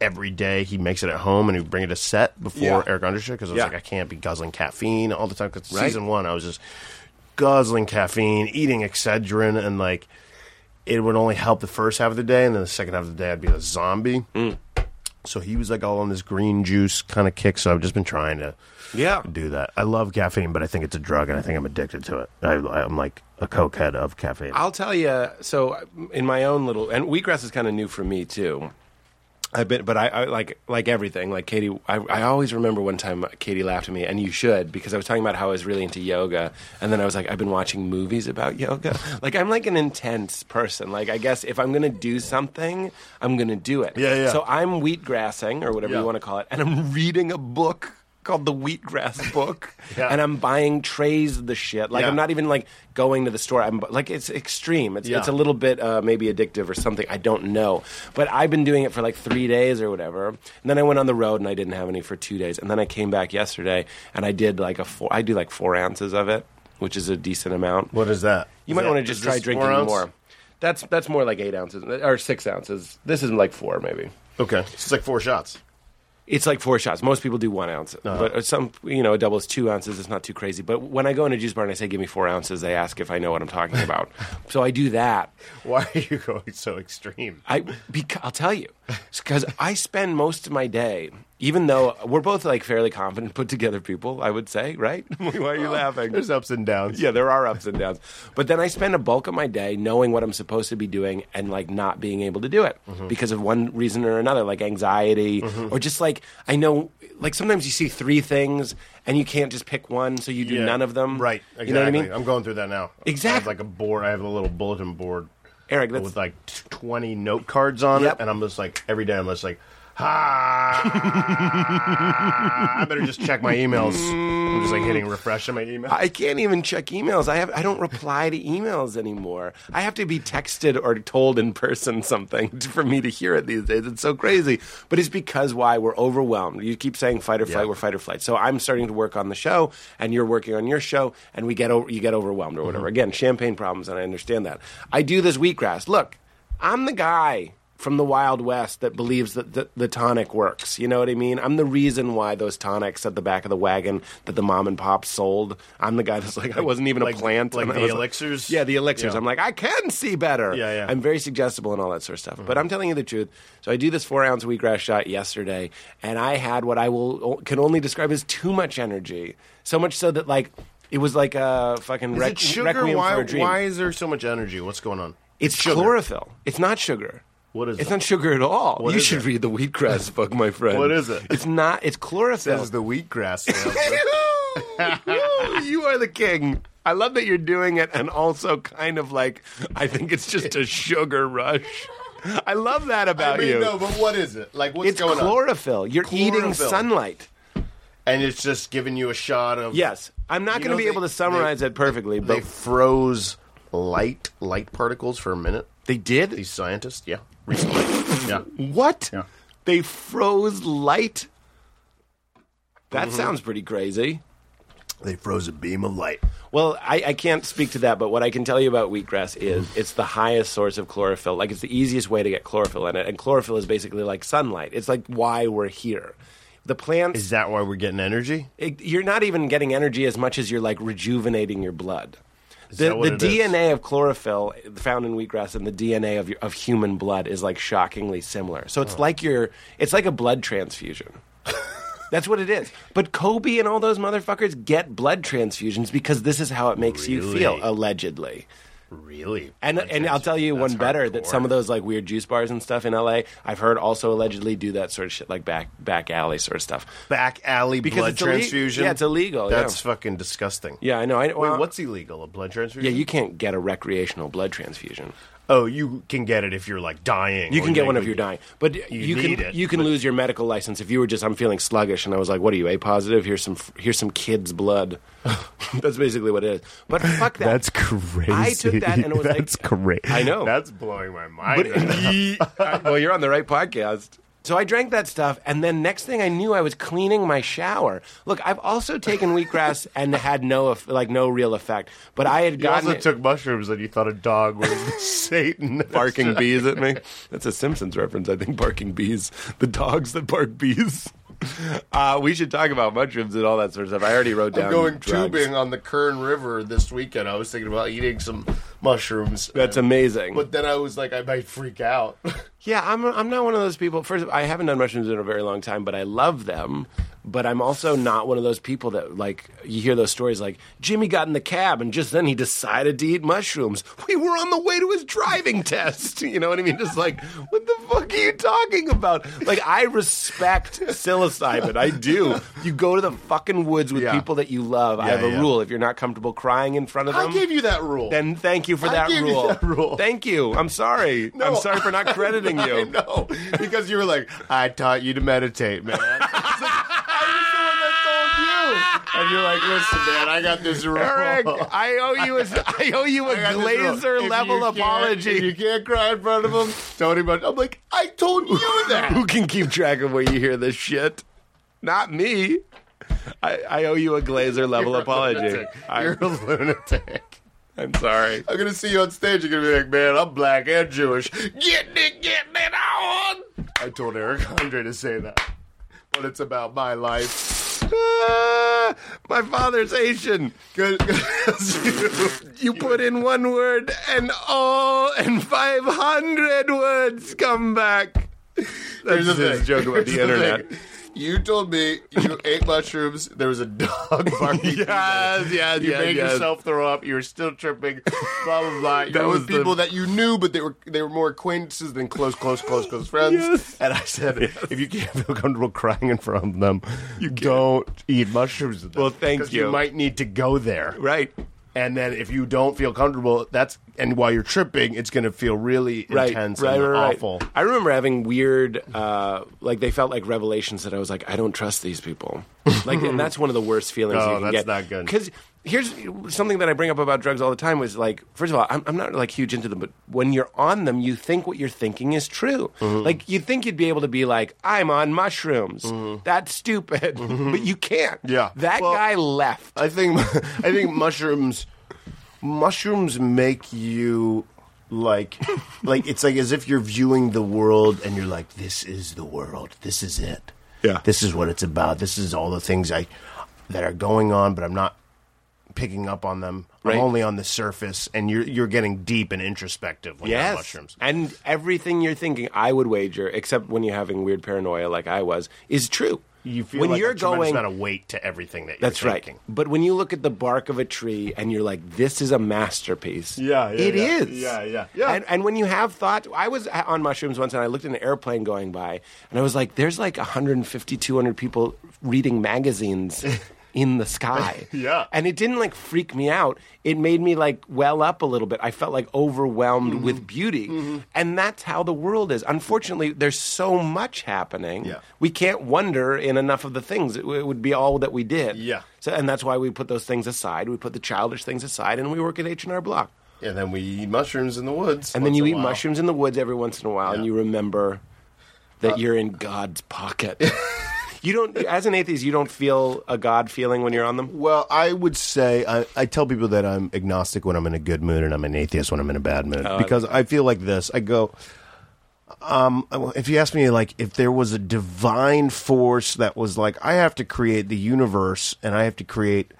every day. He makes it at home, and he would bring it a set before
Yeah.
Eric Undershire because I was
Yeah.
like, I can't be guzzling caffeine all the time. Because
Right.
season one, I was just guzzling caffeine, eating Excedrin, and like it would only help the first half of the day, and then the second half of the day, I'd be a zombie.
Mm.
So he was like all on this green juice kind of kick. So I've just been trying to
yeah
do that. I love caffeine, but I think it's a drug, and I think I'm addicted to it. I, I'm like a cokehead of caffeine.
I'll tell you. So in my own little, and wheatgrass is kind of new for me too. I've been, but I, I like like everything. Like Katie, I, I always remember one time Katie laughed at me, and you should because I was talking about how I was really into yoga, and then I was like, I've been watching movies about yoga. <laughs> like I'm like an intense person. Like I guess if I'm gonna do something, I'm gonna do it.
Yeah, yeah.
So I'm wheatgrassing or whatever
Yeah.
you want to call it, and I'm reading a book called the Wheatgrass Book,
<laughs> Yeah.
and I'm buying trays of the shit. Like
Yeah.
I'm not even like going to the store. I'm like it's extreme. It's
Yeah.
it's a little bit uh, maybe addictive or something. I don't know. But I've been doing it for like three days or whatever. And then I went on the road and I didn't have any for two days. And then I came back yesterday and I did like a four. I do like four ounces of it, which is a decent amount.
what is that?
You
Is
might
that-
want to just
is
try
this
drinking
four ounce?
more. That's that's more like eight ounces or six ounces. This is like four maybe.
Okay, it's like four shots.
It's like four shots. Most people do one ounce, but uh, some you know a double is two ounces. It's not too crazy. But when I go in a juice bar and I say give me four ounces, they ask if I know what I'm talking about. so I do that.
Why are you going so extreme?
I beca- I'll tell you because I spend most of my day even though we're both like fairly confident, put together people, I would say, right? <laughs> Why are you laughing?
There's ups and downs.
<laughs> Yeah, there are ups and downs. But then I spend a bulk of my day knowing what I'm supposed to be doing and like not being able to do it
Mm-hmm.
because of one reason or another, like anxiety or just like I know like sometimes you see three things and you can't just pick one, so you do
Yeah.
none of them.
Right. Exactly.
You know what I mean?
I'm going through that now.
Exact-
I have like a board. I have a little bulletin board.
Eric, that's-
with like t- 20 note cards on
Yep.
it, and I'm just like every day I'm just like, ah, I better just check my emails. I'm just like hitting refresh on my email.
I can't even check emails. I have I don't reply to emails anymore. I have to be texted or told in person something <laughs> for me to hear it these days. It's so crazy. But it's because why we're overwhelmed. You keep saying fight or flight,
Yeah.
we're fight or flight. So I'm starting to work on the show and you're working on your show and we get over you get overwhelmed or
Mm-hmm.
whatever. Again, champagne problems and I understand that. I do this wheatgrass. Look, I'm the guy from the Wild West that believes that the, the tonic works. You know what I mean? I'm the reason why those tonics at the back of the wagon that the mom and pop sold. I'm the guy that's like, I wasn't even
like-
a plant.
like
and I
the
was
elixirs?
yeah, the elixirs.
Yeah.
I'm like, I can see better.
Yeah, yeah.
I'm very suggestible and all that sort of stuff. But I'm telling you the truth. So I do this four ounce wheatgrass shot yesterday, and I had what I will can only describe as too much energy. So much so that like. It was like a fucking
Is
rec-
it sugar?
requiem for
Why,
a dream.
why is there so much energy? What's going on?
It's chlorophyll. It's not sugar.
What is
It's
it?
not sugar at all.
What
you
is
should
it?
read the wheatgrass book, my friend.
What is it?
It's not. It's chlorophyll.
Says the wheatgrass. <laughs>
you are the king. I love that you're doing it, and also kind of like I think it's just a sugar rush. I love that about you.
no, but what is it? Like what's
it's
going on?
chlorophyll. You're eating
Chlorophyll.
sunlight.
And it's just giving you a shot of
Yes, I'm
You
not going to
know,
be
they-
able to summarize
they-
it perfectly,
They
but
froze light light particles for a minute.
they did.
These scientists, yeah,
<laughs>
recently, yeah.
What?
Yeah.
They froze light? That
Mm-hmm.
sounds pretty crazy.
They froze a beam of light.
Well, I, I can't speak to that, but what I can tell you about wheatgrass is it's the highest source of chlorophyll. Like, it's the easiest way to get chlorophyll in it. And chlorophyll is basically like sunlight, it's like why we're here. The plants,
Is that why we're getting energy?
it, you're not even getting energy as much as you're like rejuvenating your blood. The,
that what
the
it is?
DNA of chlorophyll found in wheatgrass and the DNA of, your, of human blood is like shockingly similar. So it's like your, it's like a
<laughs>
blood transfusion. That's what it is. But Kobe and all those motherfuckers get blood transfusions because this is how it makes you
Really?
feel, allegedly.
Really?
And and I'll tell you
That's
one better that
hardcore.
some of those like weird juice bars and stuff in LA, I've heard also allegedly do that sort of shit, like back back alley sort of stuff.
back alley
Because
blood
it's ille-
transfusion.
yeah, it's illegal, yeah.
That's fucking disgusting.
Yeah, I know. I,
Wait,
well,
what's illegal? A blood transfusion?
Yeah, you can't get a recreational blood transfusion.
Oh, you can get it if you're like dying.
You
or
can get one
like-
if you're dying, but you,
need
can
it,
you can lose your medical license if you were just I'm feeling sluggish and I was like, what are you A positive? Here's some here's some kid's blood. <laughs> That's basically what it is. But fuck that.
That's crazy.
I took that and it was
<laughs>
like-
That's crazy.
I know. <laughs>
That's blowing my mind. <laughs> right now.
But- well, you're on the right podcast. So I drank that stuff, and then next thing I knew, I was cleaning my shower. Look, I've also taken wheatgrass and had no eff- like no real effect, but I had
you
gotten
also
it-
took mushrooms and you thought a dog
<laughs>
was Satan.
barking bees at me. That's a Simpsons reference, I think. Barking bees, the dogs that bark bees. Uh, we should talk about mushrooms and all that sort of stuff. I already wrote
<laughs>
down.
I'm going
drugs.
tubing on the Kern River this weekend. I was thinking about eating some mushrooms.
That's
And-
amazing.
But then I was like, I might freak out. <laughs>
Yeah, I'm I'm not one of those people. First, I haven't done mushrooms in a very long time, but I love them. But I'm also not one of those people that like you hear those stories like Jimmy got in the cab and just then he decided to eat mushrooms. We were on the way to his driving test. <laughs> You know what I mean? Just like what the fuck are you talking about? Like I respect psilocybin. I do. You go to the fucking woods with
Yeah.
people that you love. I
Yeah,
have a
yeah.
rule if you're not comfortable crying in front of them.
I gave you that rule.
Then thank you for
I
that
gave you
rule.
that rule.
Thank you. I'm sorry.
No,
I'm sorry for not
<laughs>
crediting you.
I know because you were like, I taught you to meditate, man. <laughs> I was like, I was the one that told you, and you're like, listen, man, I got this rule. <laughs>
Eric, I owe you a I owe you a
I got this rule. If
glazer
you
level
can't- if you
apology.
can't cry in front of him. Don't even. I'm like, I told you that.
Who can keep track of where you hear this shit? Not me. I, I owe you a glazer
<laughs>
level apology.
Lunatic.
I,
You're a lunatic.
I'm sorry.
I'm gonna see you on stage. You're gonna be like, man, I'm black and Jewish. Get it, get it on. I told Eric Andre to say that, but it's about my life. <laughs>
Ah, <laughs> my father's Asian.
Good. <laughs>
You put in one word and all and 500 words come back. That's
Here's the
his
thing.
joke about
Here's
the
the
internet.
thing.
You told me you ate mushrooms. There was a
<laughs>
dog barking.
Yes, yes,
You
yes,
made
yes.
yourself throw up. You were still tripping. Blah blah blah. You
That
were with
was the-
people that you knew, but they were they were more acquaintances than close, close, close,
<laughs>
close friends.
And I said, if you can't feel comfortable crying in front of them, don't eat mushrooms with them.
Well, thank
'Cause
you.
You might need to go there.
Right.
And then if you don't feel comfortable, that's and while you're tripping, it's going to feel really
Right,
intense
right,
and
right, right.
awful.
I remember having weird, uh, like they felt like revelations that I was like, I don't trust these people. Like, and that's one of the worst feelings.
No,
you can
Oh, that's
get.
not good.
Because here's something that I bring up about drugs all the time was like, first of all, I'm, I'm not like huge into them, but when you're on them, you think what you're thinking is true.
Mm-hmm.
Like, you think you'd be able to be like, I'm on mushrooms. That's stupid, <laughs> but you can't.
Mm-hmm. Yeah.
that
Well-
guy left.
I think <laughs> I think mushrooms mushrooms make you like like it's like as if you're viewing the world and you're like this is the world this is it
Yeah.
this is what it's about this is all the things I that are going on but I'm not picking up on them
Right.
I'm only on the surface and you're you're getting deep and introspective when you're on mushrooms
And everything you're thinking, I would wager, except when you're having weird paranoia like I was, is true.
you feel
when
like
you're
a tremendous
going
amount of weight to everything that you're
That's
thinking.
right. But when you look at the bark of a tree and you're like, "This is a masterpiece."
Yeah, yeah,
it
yeah.
is.
Yeah, yeah, yeah.
And, and when you have thought, I was on mushrooms once, and I looked at an airplane going by, and I was like, "There's like 150, 200 people
<laughs>
reading magazines." In the sky,
Yeah.
and it didn't like freak me out. It made me like well up a little bit. I felt like overwhelmed
Mm-hmm.
with beauty, and that's how the world is. Unfortunately, there's so much happening.
Yeah.
we can't wonder in enough of the things. It, w- it would be all that we did.
Yeah.
So, and that's why we put those things aside. We put the childish things aside, and we work at H and R Block.
And then we eat mushrooms in the woods.
And then
once
you
in a
eat
while.
mushrooms in the woods every once in a while, and
Yeah. Uh,
you remember that you're in God's pocket. <laughs> you don't, as an atheist, you don't feel a God feeling when you're on them.
Well, I would say I, I tell people that I'm agnostic when I'm in a good mood, and I'm an atheist when I'm in a bad mood because I feel like this. I go, um, if you ask me, like if there was a divine force that was like, I have to create the universe, and I have to create,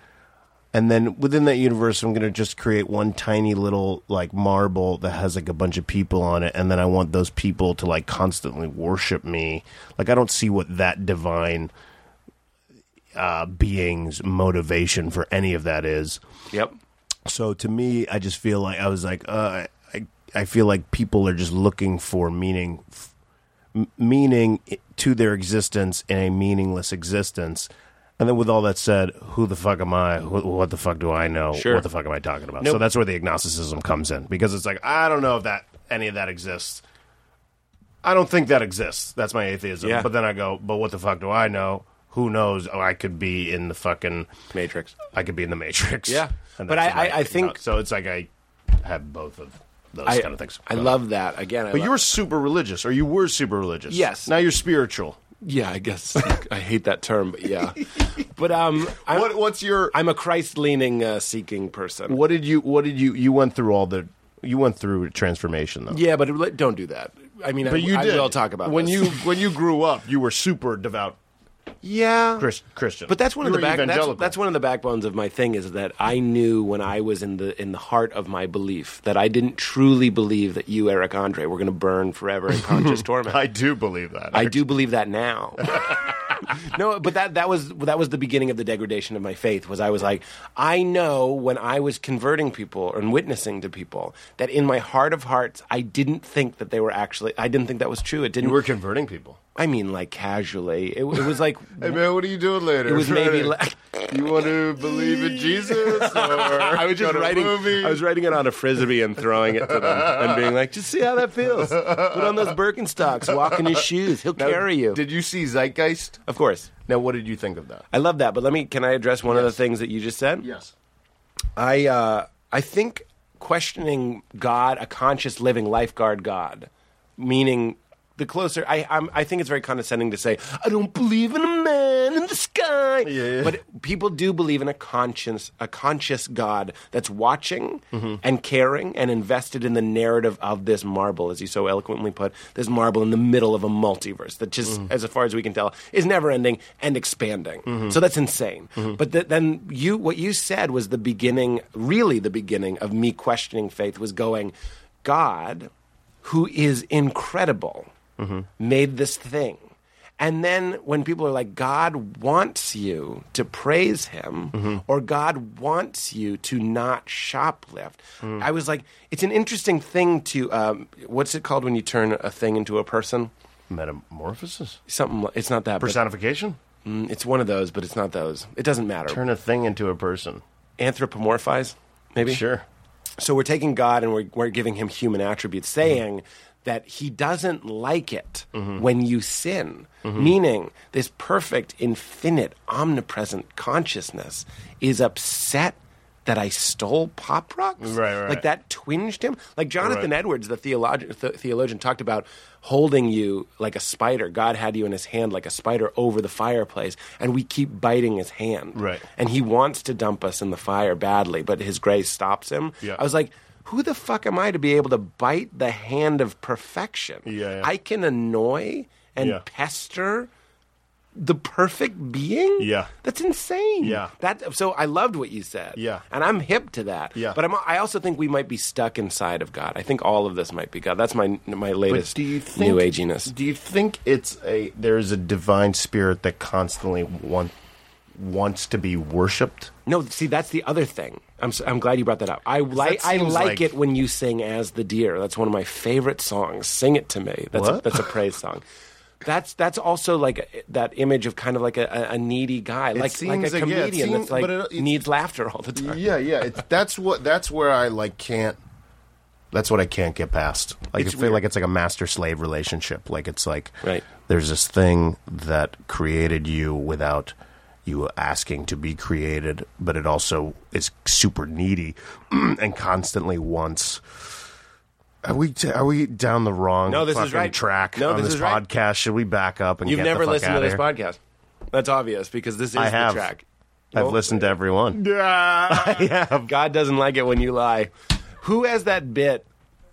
and then within that universe, I'm going to just create one tiny little like marble that has like a bunch of people on it, and then I want those people to like constantly worship me. Like I don't see what that divine being's motivation for any of that is.
Yep.
So to me, I just feel like I was like, uh, I, I feel like people are just looking for meaning, f- m- meaning i- to their existence in a meaningless existence. And then with all that said, who the fuck am I? Wh- What the fuck do I know?
Sure.
What the fuck am I talking about? So that's where the agnosticism comes in because it's like I don't know if that any of that exists. I don't think that exists. That's my atheism.
Yeah.
But then I go, but what the fuck do I know? Who knows? Oh, I could be in the fucking
Matrix.
I could be in the Matrix.
Yeah.
<laughs> And
But
that's
I-
what
I- I think-
so. It's like I have both of those kind of things.
I love that. Again, I
But
love-
you were super religious, or you were super religious.
Yes.
Now you're spiritual.
yeah. I guess I hate that term, but yeah. <laughs> but um, I'm,
What, what's your?
I'm a Christ-leaning, uh, seeking person.
What did you? What did you? You went through all the. You went through transformation though.
Yeah, but li- don't do that. I mean, I,
But you
I
did.
will talk about
when
this. <laughs>
you when you grew up, you were super devout
yeah
Chris, Christian.
But that's one of
You
the
were
back, that's,
evangelical.
that's one of the backbones of my thing is that I knew when I was in the in the heart of my belief that I didn't truly believe that you, Eric Andre, were going to burn forever in
<laughs>
conscious torment.
I do believe that.
I do believe that now. <laughs> no, but that that was that was the beginning of the degradation of my faith. Was I was like, I know when I was converting people and witnessing to people that in my heart of hearts, I didn't think that they were actually. I didn't think that was true. It didn't.
You were converting people.
I mean, like casually. It, it
<laughs>
was like
Hey man, what are you doing later?
It was maybe
Friday? you want to believe in
<laughs>
Jesus? Or
I was just
go to a
writing.
movie?
I was writing it on a frisbee and throwing it to them and being like, "Just see how that feels. Put on those Birkenstocks. Walk in his shoes. He'll carry you."
Did you see Zeitgeist?
of course.
Now, what did you think of that?
I love that, but let me. Can I address one of the things that you just said?
Yes.
I uh, I think questioning God, a conscious living lifeguard God, meaning the closer I I'm, I think it's very condescending to say I don't believe in a man in the sky,
yeah.
but people do believe in a conscience, a conscious God that's watching and caring and invested in the narrative of this marble, as you so eloquently put, this marble in the middle of a multiverse that just,
Mm.
as far as we can tell, is never ending and expanding. So that's insane. But th- then you, what you said was the beginning, really the beginning of me questioning faith was going, God, who is incredible, made this thing. And then when people are like, God wants you to praise him, or God wants you to not shoplift, I was like, it's an interesting thing to, um, what's it called when you turn a thing into a person?
Metamorphosis?
Something, li- it's not that. but-
Personification?
Mm, it's one of those, but it's not those. It doesn't matter.
Turn a thing into a person.
Anthropomorphize, maybe?
Sure.
So we're taking God and we're, we're giving him human attributes,
Mm-hmm.
saying that he doesn't like it when you sin,
Mm-hmm.
meaning this perfect, infinite, omnipresent consciousness is upset. That I stole pop rocks,
Right, right.
Like that twinged him. Like Jonathan
Right.
Edwards, the theolog- th- theologian, talked about holding you like a spider. God had you in His hand like a spider over the fireplace, and we keep biting His hand,
Right.
And He wants to dump us in the fire badly, but His grace stops Him.
Yeah.
I was like, who the fuck am I to be able to bite the hand of perfection?
Yeah, yeah.
I can annoy and
Yeah.
pester the perfect being?
Yeah.
That's insane.
Yeah.
That so I loved what you said.
Yeah.
And I'm hip to that.
Yeah.
But I'm, I also think we might be stuck inside of God. I think all of this might be God. That's my my
But
latest
do you think
new aginess.
Do you think it's a there is a divine spirit that constantly want, wants to be worshipped?
No, see, that's the other thing. I'm, s am glad you brought that up. I like I
seems
like,
like-
it when you sing "As the Deer." That's one of my favorite songs. Sing it to me. That's A,
What?
that's a praise song. That's that's also like a, that image of kind of like a, a- a needy guy, like like a
seems like- yeah, it
comedian
seems-
that's like
but it- it's-
needs laughter all the time.
Yeah, yeah. It's, that's what. That's where I like can't. That's what I can't get past. Like I feel like it's like a master slave relationship. Like it's like
Right.
there's this thing that created you without you asking to be created, but it also is super needy <clears throat> and constantly wants. Are we are we down the wrong
No, this is
fucking
right.
track
No,
on
this
this,
is right.
podcast? Should we back up and
You've
get the
never
fuck
listened to
outta
this
here?
podcast. That's obvious because this is
I have.
the track.
I've
Well,
listened to everyone.
<laughs> God doesn't like it when you lie. Who has that bit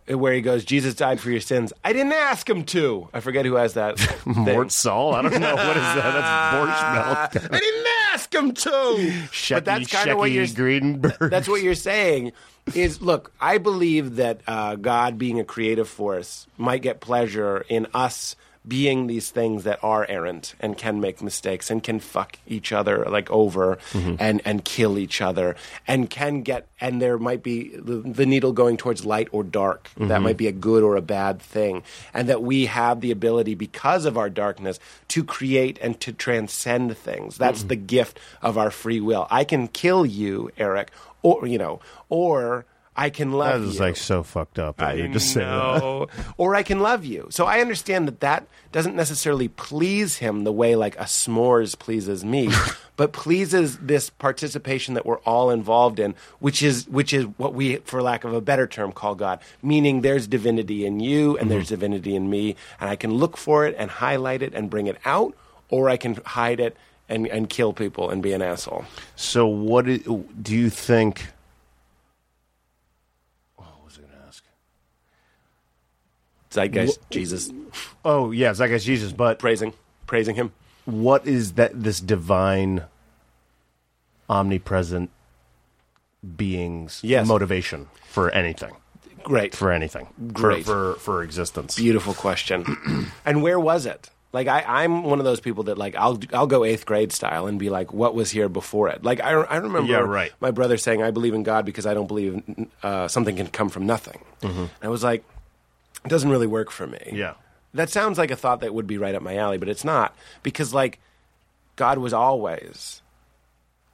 where he goes, "Jesus died for your sins"? I didn't ask him to. I forget who has <laughs> that. thing.
Mort Saul? I don't know. What is that?
<laughs> Ah,
That's Borch
I didn't ask him to. but that's kind of what you're. <laughs>
Greenberg.
That's what you're saying. Is look, I believe that uh, God, being a creative force, might get pleasure in us being these things that are errant and can make mistakes and can fuck each other like over and and kill each other and can get and there might be the, the needle going towards light or dark that might be a good or a bad thing and that we have the ability because of our darkness to create and to transcend things that's the gift of our free will i can kill you eric or you know or I can love
That is
you.
like so fucked up. That you just saying that.
know. or I can love you. So I understand that that doesn't necessarily please him the way like a s'mores
<laughs>
pleases me, but pleases this participation that we're all involved in, which is which is what we, for lack of a better term, call God. Meaning there's divinity in you
Mm-hmm.
and there's divinity in me, and I can look for it and highlight it and bring it out, or I can hide it. And, and kill people and be an asshole.
So what i- do you think? Oh, what was I going to ask?
Zeitgeist, Jesus,
Oh, yeah, it's like it's Jesus, but
praising, praising him.
what is that? This divine, omnipresent being's
Yes.
motivation for anything,
Great.
for anything, for-
Great.
for for, existence.
Beautiful question. <clears throat> and where was it? Like I, I'm one of those people that like I'll I'll go eighth grade style and be like, what was here before it? Like I, I remember
Yeah, right.
my brother saying, I believe in God because I don't believe uh, something can come from nothing. And I was like, it doesn't really work for me.
Mm-hmm. Yeah.
that sounds like a thought that would be right up my alley, but it's not because like God was always.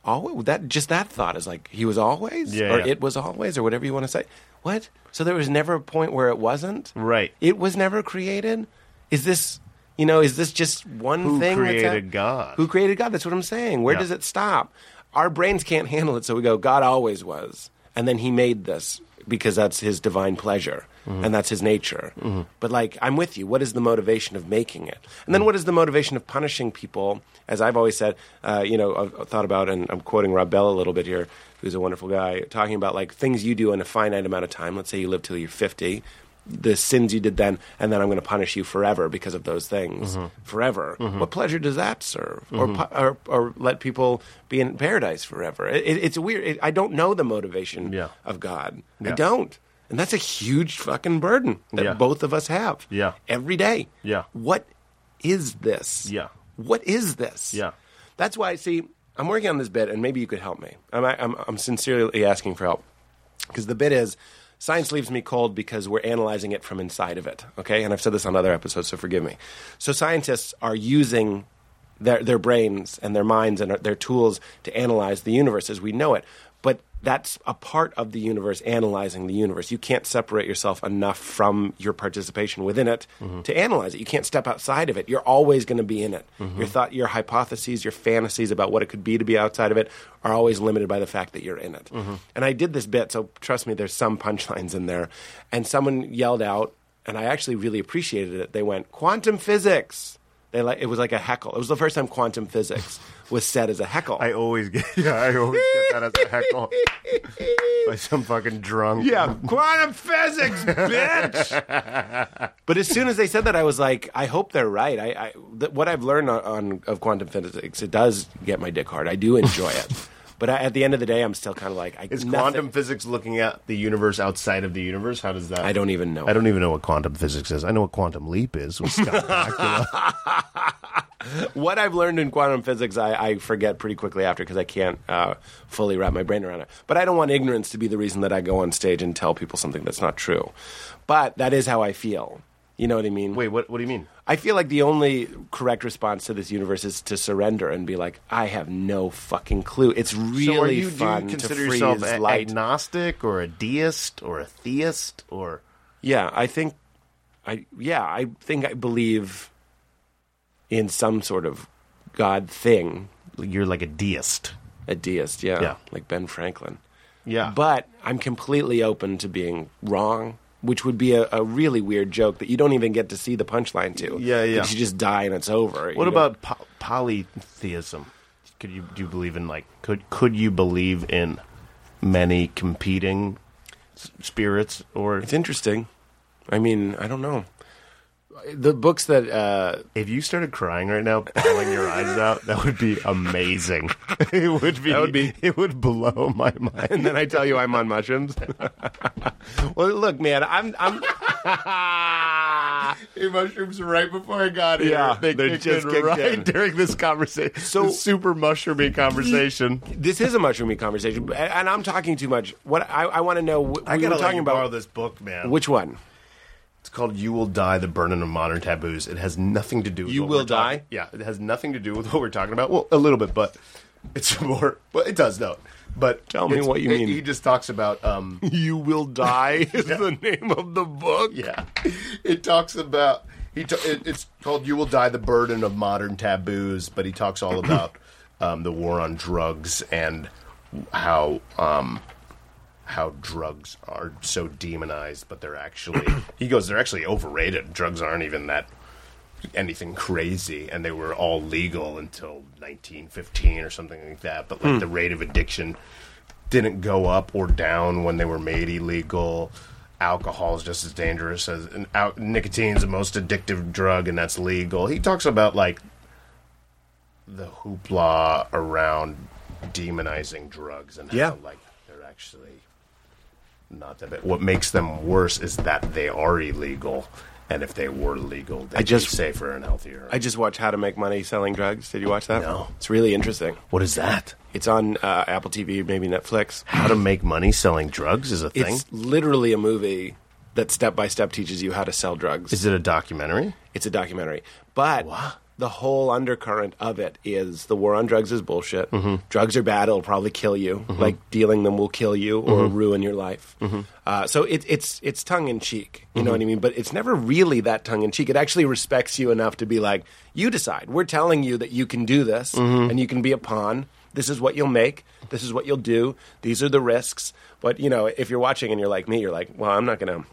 Always that just that thought is like he was always,
Yeah,
or
yeah.
it was always, or whatever you want to say. What? So there was never a point where it wasn't,
Right.
it was never created? Is this, you know, is this just one
Who
thing? that's
created
out-
God?
Who created God? That's what I'm saying. Where
Yeah.
does it stop? Our brains can't handle it, so we go, God always was. And then he made this because that's his divine pleasure and that's his nature. But, like, I'm with you. What is the motivation of making it? And then what is the motivation of punishing people? As I've always said, uh, you know, I've, I've thought about, and I'm quoting Rob Bell a little bit here, who's a wonderful guy, talking about like things you do in a finite amount of time. Let's say you live till you're 50 the sins you did then, and then I'm going to punish you forever because of those things.
Mm-hmm.
Forever. What pleasure does that serve? Or, pu- or, or let people be in paradise forever? It, it- it's weird. It, I don't know the motivation
Yeah.
of God. I
Yeah.
don't. And that's a huge fucking burden that
Yeah.
both of us have.
Yeah.
Every day.
Yeah.
What is this?
Yeah.
What is this?
Yeah.
That's why, see, I'm working on this bit, and maybe you could help me. I'm, I'm, I'm sincerely asking for help. Because the bit is science leaves me cold because we're analyzing it from inside of it. Okay. And I've said this on other episodes, so forgive me. So scientists are using their, their brains and their minds and their tools to analyze the universe as we know it. But that's a part of the universe analyzing the universe. You can't separate yourself enough from your participation within it to analyze it. You can't step outside of it. You're always going to be in it. Your thought, your hypotheses, your fantasies about what it could be to be outside of it are always limited by the fact that you're in it. And I did this bit, so trust me, there's some punchlines in there. And someone yelled out, and I actually really appreciated it. They went, "Quantum physics." They like it was like a heckle. It was the first time quantum physics was said as a heckle.
I always get <laughs> yeah, I always get that as a
<laughs>
heckle by some fucking drunk.
Yeah, quantum physics, bitch. <laughs> but as soon as they said that, I was like, I hope they're right. I, I th- what I've learned on, on of quantum physics, it does get my dick hard. I do enjoy it, but I, at the end of the day, I'm still kind of like, I,
Is
nothing-
quantum physics looking at the universe outside of the universe? How does that?
I don't even know.
I don't even know what quantum physics is. I know what quantum leap is with Scott
<laughs>
Bakula.
what I've learned in quantum physics, I, I forget pretty quickly after because I can't uh, fully wrap my brain around it. But I don't want ignorance to be the reason that I go on stage and tell people something that's not true. But that is how I feel. You know what I mean?
Wait, what? What do you mean?
I feel like the only correct response to this universe is to surrender and be like, I have no fucking clue. It's really
so are you,
fun
do you
to
consider
freeze
yourself a-
light.
agnostic or a deist or a theist or?
yeah, I think, I yeah, I think I believe in some sort of god thing.
You're like a deist.
A deist, yeah,
Yeah.
like Ben Franklin.
Yeah,
But I'm completely open to being wrong, which would be a, a really weird joke that you don't even get to see the punchline to.
Yeah, yeah.
That You just die and it's over.
What
you know?
about po- polytheism? Could you do you believe in like could could you believe in many competing s- spirits or
It's interesting. I mean, I don't know. The books that uh,
if you started crying right now, bawling your eyes out, that would be amazing. <laughs> it would be,
That would be-
it would blow my mind. <laughs>
<laughs> and then I tell you I'm on mushrooms. <laughs> well, look, man, I'm I'm
mushrooms right before I got
here. They kicked in right
during this conversation. So
this
super mushroomy conversation.
this is a mushroomy conversation, but- and I'm talking too much. What I, I want to know, wh-
I
we
gotta
were talking
borrow
about
this book, man.
which one?
It's called "You Will Die: The Burden of Modern Taboos." It has nothing to do. with
You
what
Will
we're talking-
Die?
yeah, it has nothing to do with what we're talking about. Well, a little bit, but it's <laughs> more. But it does though. But
Tell me
it's-
what you
it-
mean.
He just talks about. Um,
<laughs> You will
<laughs>
die is the name of the book.
yeah, it talks about. He ta- it, it's called "You Will Die: The Burden of Modern Taboos," but he talks all about um, the war on drugs and how um, how drugs are so demonized, but they're actually <coughs> he goes they're actually overrated. Drugs aren't even that anything crazy, and they were all legal until 1915 or something like that. But like the rate of addiction didn't go up or down when they were made illegal. Alcohol is just as dangerous as and out, nicotine is the most addictive drug, and that's legal. He talks about like the hoopla around demonizing drugs and
Yeah.
how like they're actually not that bad. What makes them worse is that they are illegal, and if they were legal, they'd
I just-
be safer and healthier.
I just watched How to Make Money Selling Drugs. Did you watch that?
No.
It's really interesting.
what is that?
It's on uh, Apple TV, maybe Netflix.
How to make money selling drugs is a thing.
It's literally a movie that step by step teaches you how to sell drugs.
is it a documentary?
It's a documentary. But the whole undercurrent of it is the war on drugs is bullshit. Drugs are bad. It'll probably kill you. Like dealing them will kill you or ruin your life. Uh, so it, it's it's tongue in cheek. You know what I mean? But it's never really that tongue in cheek. It actually respects you enough to be like, you decide. We're telling you that you can do this and you can be a pawn. This is what you'll make. This is what you'll do. These are the risks. But you know, if you're watching and you're like me, you're like, well, I'm not gonna.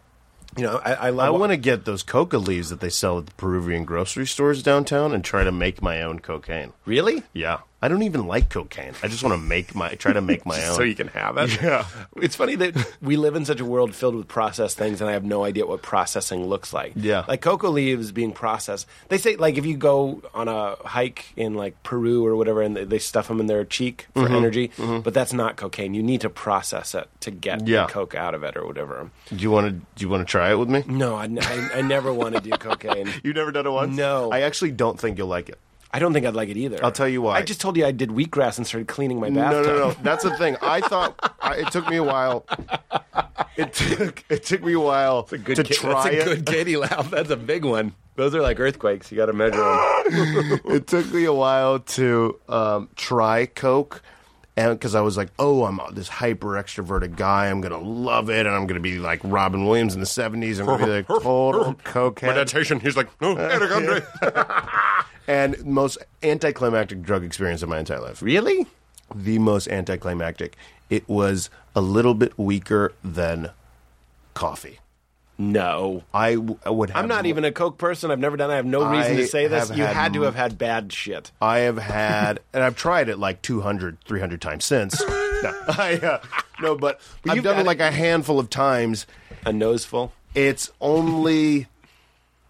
You know, I, I love.
I want to get those coca leaves that they sell at the Peruvian grocery stores downtown and try to make my own cocaine.
really.
Yeah. I don't even like cocaine. I just want to make my try to
<laughs>
make my own.
so you can have it. Yeah. It's funny that we live in such a world filled with processed things, and I have no idea what processing looks like.
Yeah.
Like coca leaves being processed. They say like if you go on a hike in like Peru or whatever, and they, they stuff them in their cheek
Mm-hmm.
for energy, but that's not cocaine. You need to process it to get
Yeah.
the coke out of it or whatever.
do you want to do you want to try it with me?
No, I, I, I never want to do
<laughs>
cocaine.
You've never done it once?
No.
I actually don't think you'll like it.
I don't think I'd like it either.
I'll tell you why.
I just told you I did wheatgrass and started cleaning my
No,
bathtub.
no, no. <laughs> That's the thing. I thought I, it took me a while. It took it took me a while to
Ki-
try
that's
it.
a good Katie laugh. <laughs> That's a big one. Those are like earthquakes. You got to measure them.
<laughs> it took me a while to um, try coke and because i was like oh i'm this hyper extroverted guy i'm gonna love it and i'm gonna be like robin williams in the 70s i'm gonna be like total cokehead
Meditation. He's like, no,
and most anticlimactic drug experience of my entire life
really?
the most anticlimactic it was a little bit weaker than coffee
No.
i, w- I would have
I'm not even a Coke person. I've never done. it. I have no reason
I
to say this.
have
You
had
had, to
m-
have had bad shit.
I have had, and I've tried it like 200, 300 times
<laughs>
since. <laughs> No, I, uh, no but I've
you've
done
had
it like a handful of times.
A noseful.
It's only,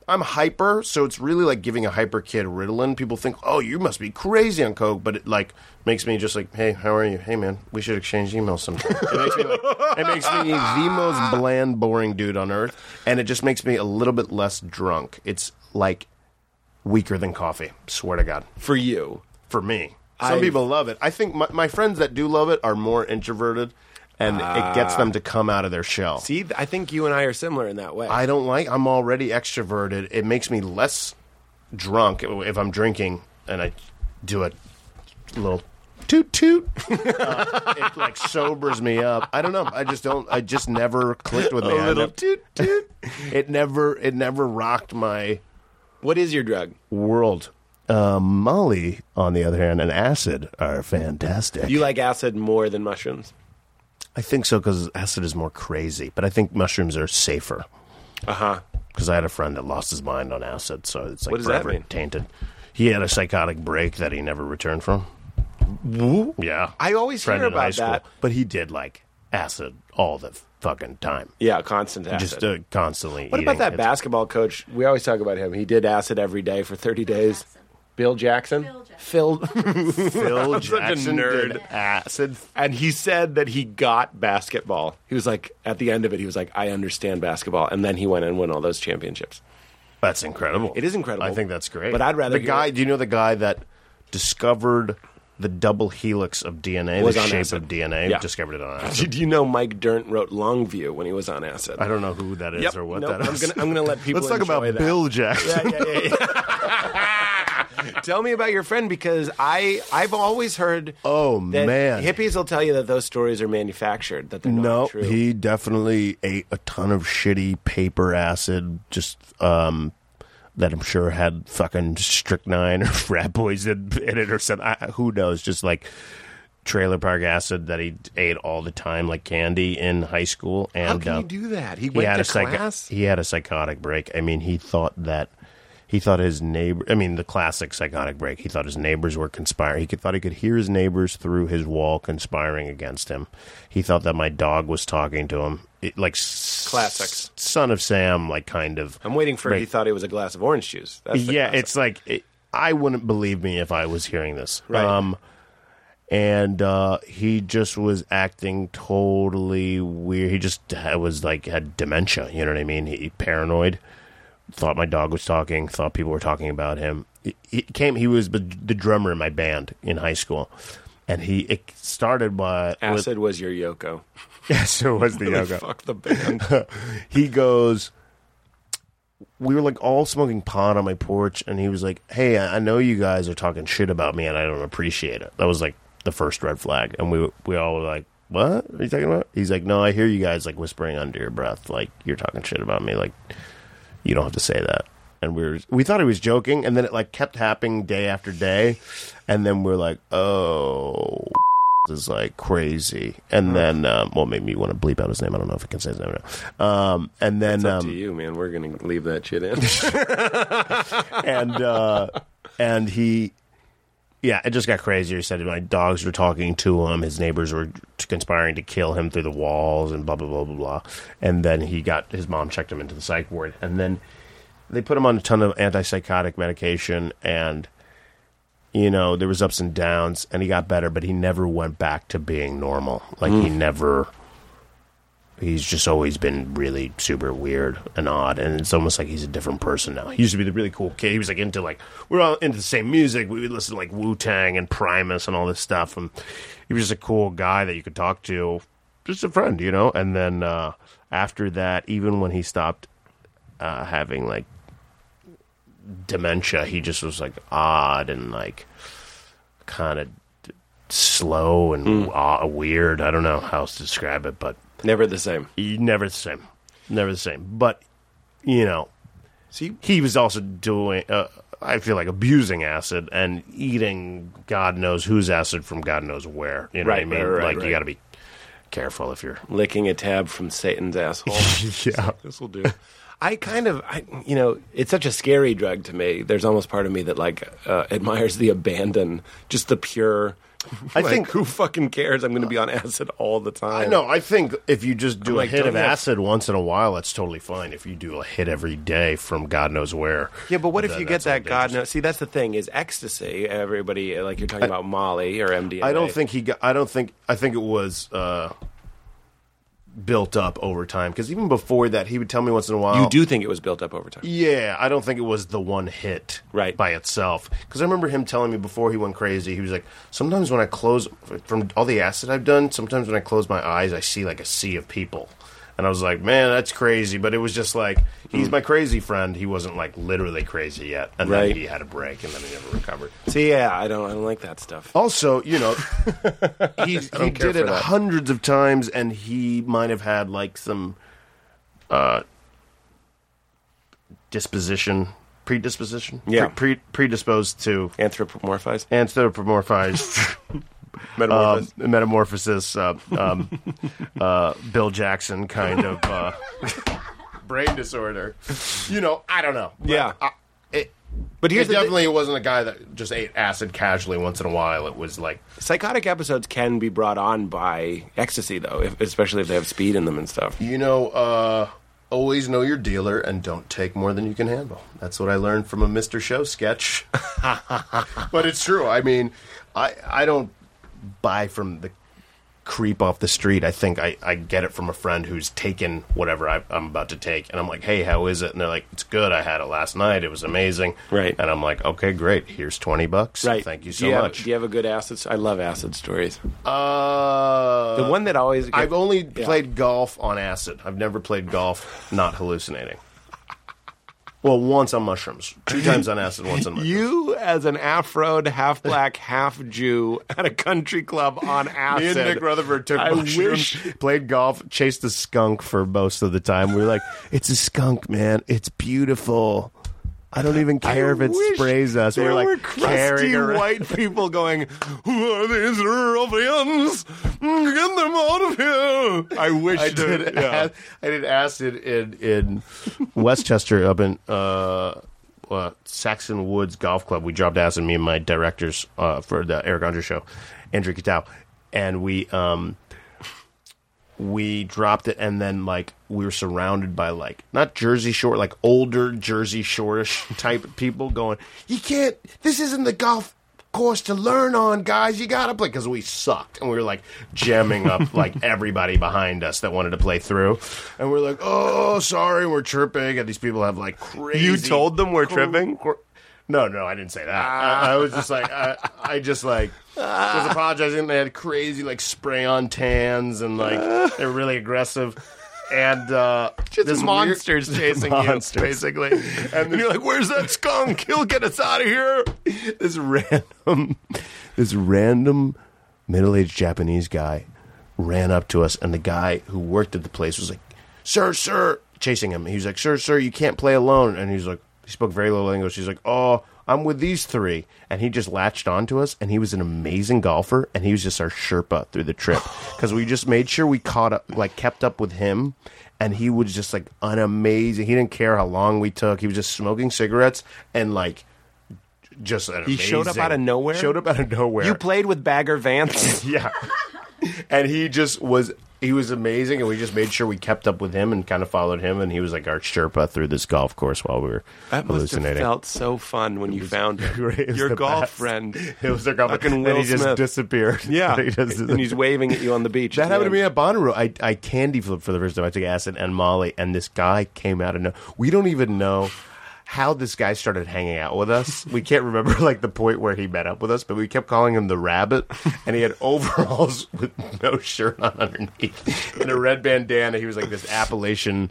I'm hyper, so it's really like giving a hyper kid Ritalin. People think, oh, you must be crazy on coke, but it like makes me just like, hey, how are you? Hey, man, we should exchange emails sometime. It makes me, like, it makes me the most bland, boring dude on earth, and it just makes me a little bit less drunk. It's like weaker than coffee. Swear to God
for you.
for me. Some
I've-
people love it. I think my, my friends that do love it are more introverted, and it gets them to come out of their shell.
See, I think you and I are similar in that way.
I don't like. I'm already extroverted. It makes me less drunk if I'm drinking, and I do a little toot toot. <laughs> Uh, it like sobers me up. I don't know. I just don't. I just never clicked with me. I nev-
toot toot.
It never. It never rocked my
what is your drug?
world. Uh, Molly, on the other hand, and acid are fantastic.
You like acid more than mushrooms.
I think so because acid is more crazy, but I think mushrooms are safer.
Uh
Uh-huh.
huh.
Because I had a friend that lost his mind on acid, so it's like
What does that
forever
mean?
tainted. He had a psychotic break that he never returned from. Yeah,
I always
Friend
hear
in high
about that.
school. but he did like acid all the fucking time,
Yeah, constant acid.
just uh, constantly.
What about that basketball coach? We always talk about him. He did acid every day for 30 days. Bill Jackson. <laughs> Phil
Phil
such a
Jackson
nerd.
did acid?
and he said that he got basketball. He was like at the end of it he was like I understand basketball and then he went and won all those championships. <laughs>
That's incredible.
It is incredible.
I think that's great.
But I'd rather
the
hear
guy.
it-
Do you know the guy that discovered the double helix of DNA,
Was
the
on
shape
acid.
of DNA?
Yeah.
Discovered it on acid.
Did you know Mike Dirnt wrote Longview when he was on acid?
I don't know who that is
Yep.
or what
Nope.
that
I'm
is.
gonna- I'm gonna let
<laughs>
people
Let's talk
enjoy
about
that.
Bill Jackson.
<laughs> yeah, yeah, yeah, yeah. <laughs> Tell me about your friend because I I've always heard
Oh,
that
man.
hippies will tell you that those stories are manufactured that
<laughs>
they're
No,
not true.
he definitely ate a ton of shitty paper acid, just um, that I'm sure had fucking strychnine or <laughs> frat poison in it or something. I, who knows? Just like trailer park acid that he ate all the time, like candy in high school. And
How can
uh,
you do that? He
he
went
had
to
a psych-
class.
he had a psychotic break. I mean, he thought that he thought his neighbor. I mean, the classic psychotic break. He thought his neighbors were conspiring. He could, thought he could hear his neighbors through his wall conspiring against him. He thought that my dog was talking to him. It, like s-
Classics.
son of Sam, like kind of.
I'm waiting for.
break.
He thought it was a glass of orange juice. That's the
Yeah,
classic.
it's like it, I wouldn't believe me if I was hearing this. Um,
Right.
and uh, he just was acting totally weird. He just had, was like had dementia. You know what I mean? He paranoid. Thought my dog was talking. Thought people were talking about him. He, he came. He was the the drummer in my band in high school, and he it started by <laughs> with-
acid was your Yoko.
yeah, so was
<laughs>
the yoga
Fuck the band.
he goes we were like all smoking pot on my porch and he was like hey i I know you guys are talking shit about me and i don't appreciate it that was like the first red flag and we we all were like what are you talking about he's like no i hear you guys like whispering under your breath like you're talking shit about me like you don't have to say that and we were we thought he was joking and then it like kept happening day after day and then we're like oh this is like crazy and then um well maybe you want to bleep out his name i don't know if i can say his name or not. um and then
It's up to
um
you, man. We're gonna leave that shit in.
and uh and he yeah, it just got crazier. He said my dogs were talking to him. His neighbors were conspiring to kill him through the walls and blah, blah, blah, blah, blah. And then he got his mom checked him into the psych ward. And then they put him on a ton of antipsychotic medication. And, you know, there was ups and downs. And he got better, but he never went back to being normal. Like, he never. He's just always been really super weird and odd, and it's almost like he's a different person now. He used to be the really cool kid. He was like into like we're all into the same music. We would listen to like Wu Tang and Primus and all this stuff, and he was just a cool guy that you could talk to, just a friend, you know. And then uh, after that, even when he stopped uh, having like dementia, he just was like odd and like kind of slow and aw- weird. I don't know how else to describe it, but
<laughs> Never the same.
you never the same, never the same. But you know,
See,
he was also doing. Uh, I feel like abusing acid and eating God knows whose acid from God knows where. You know
Right,
what I mean?
right, right,
like
right.
you got to be careful if you're.
licking a tab from Satan's <laughs> asshole.
Yeah.
this will do. I kind of, I, you know, it's such a scary drug to me. There's almost part of me that like uh, admires the abandon, just the pure.
I
like,
think-
who fucking cares? I'm going to be on acid all the
I
time.
know. I think if you just do
I'm
a
like,
hit
don't
of
have-
acid once in a while, that's totally fine. If you do a hit every day from God knows where,
Yeah, but what if
then
you get
that's
that God
dangerous.
knows? See, that's the thing is ecstasy. Everybody like you're talking about Molly or MDMA.
I don't think he got. I don't think. I think it was uh, built up over time. Because even before that, he would tell me once in a while.
you do think it was built up over time.
Yeah, I don't think it was the one hit
Right.
by itself. Because I remember him telling me before he went crazy, he was like, "Sometimes when I close from all the acid I've done, sometimes when I close my eyes, I see like a sea of people." And I was like, "Man, that's crazy." But it was just like
Hmm.
he's my crazy friend. He wasn't like literally crazy yet, and
Right.
then he had a break, and then he never recovered.
See, yeah, I don't, I don't like that stuff.
Also, you
<laughs>
know, he, he
care
did
for
it
that.
hundreds of times, and he might have had like some uh, disposition, predisposition,
Yeah.
pre- pre- predisposed to
Anthropomorphized, Um,
anthropomorphized
<laughs>
um,
metamorphized.
metamorphosis. Uh, um, uh, Bill Jackson kind of uh, brain disorder. You know, I don't know. But
Yeah.
I- it,
but here's
it
the thing.
definitely wasn't a guy that just ate acid casually once in a while. It was like
psychotic episodes can be brought on by ecstasy, though, if, especially if they have speed in them and stuff.
You know, uh, always know your dealer and don't take more than you can handle. That's what I learned from a Mr. Show sketch. <laughs> but it's true. I mean, I I don't buy from the creep off the street. I think I, I get it from a friend who's taken whatever I, I'm about to take, and I'm like, hey, how is it? And they're like, it's good. I had it last night. It was amazing.
Right.
And I'm like, okay, great. Here's twenty bucks. Thank you so
do you
much.
Have, do you have a good acid? I love acid stories.
Uh,
The one that always
I've only played golf on acid. I've never played golf not hallucinating. Well, once on mushrooms, two times on acid, <laughs> once on mushrooms.
You as an afroed, half black, half Jew at a country club <laughs> on acid.
Me and Nick Rutherford took
I
mushrooms,
<laughs> wish-
played golf, chased a skunk for most of the time. We were like, "It's a skunk, man. It's beautiful. I don't even care if it
wish
sprays us." We
there
were like
were
carrying
crusty
around-
white people going, "Who are these ruffians? Get them out of here!" I wish
I
there-
did.
yeah.
ac- I did acid in in Westchester up in uh, uh, Saxon Woods Golf Club. We dropped acid. Me and my directors uh, for the Eric Andre show, Andrew Kitao, and we um we dropped it, and then like we were surrounded by like not Jersey Shore, like older Jersey Shoreish <laughs> type people going. You can't. This isn't the golf course to learn on guys you gotta play because we sucked and we were like jamming
<laughs>
up like everybody behind us that wanted to play through and we're like oh sorry we're tripping and these people have like crazy
You told them we're
cr-
tripping?
cr- no no i didn't say that I, I was just like i, I just like was apologizing they had crazy like spray on tans and like they're really aggressive and uh
Just
this weird-
monsters chasing
Monsters.
you, basically. And, you're like, "Where's that skunk? He'll get us out of here."
this random this random middle-aged Japanese guy ran up to us and the guy who worked at the place was like, "Sir, sir," chasing him. He was like, "Sir, sir, you can't play alone." And he's like he spoke very little English. He's like, "Oh, I'm with these three. and he just latched onto us. And he was an amazing golfer, and he was just our sherpa through the
<sighs>
trip because we just made sure we caught up, like kept up with him, and he was just like an amazing. He didn't care how long we took. He was just smoking cigarettes and like just an
He showed up
amazing-
out of nowhere?
Showed up out of nowhere.
You played with Bagger <laughs> Vance.
yeah. and he just was he was amazing, and we just made sure we kept up with him and kind of followed him, and he was like our Sherpa through this golf course while we were
That must have
hallucinating.
felt so fun when you found him.
It was
your
the
golf
best. <laughs>
friend.
It was their golf.
Fucking
and
Will
he just
Smith.
disappeared. <laughs>
Yeah,
He just-
and he's waving at you on the beach.
That happened to me
end.
at Bonnaroo. I, I candy flipped for the first time. I took acid and Molly, and this guy came out of no. We don't even know how this guy started hanging out with us. We can't remember <laughs> like the point where he met up with us, but we kept calling him the rabbit, and he had <laughs> overalls with no shirt on underneath and a red bandana. He was like this Appalachian.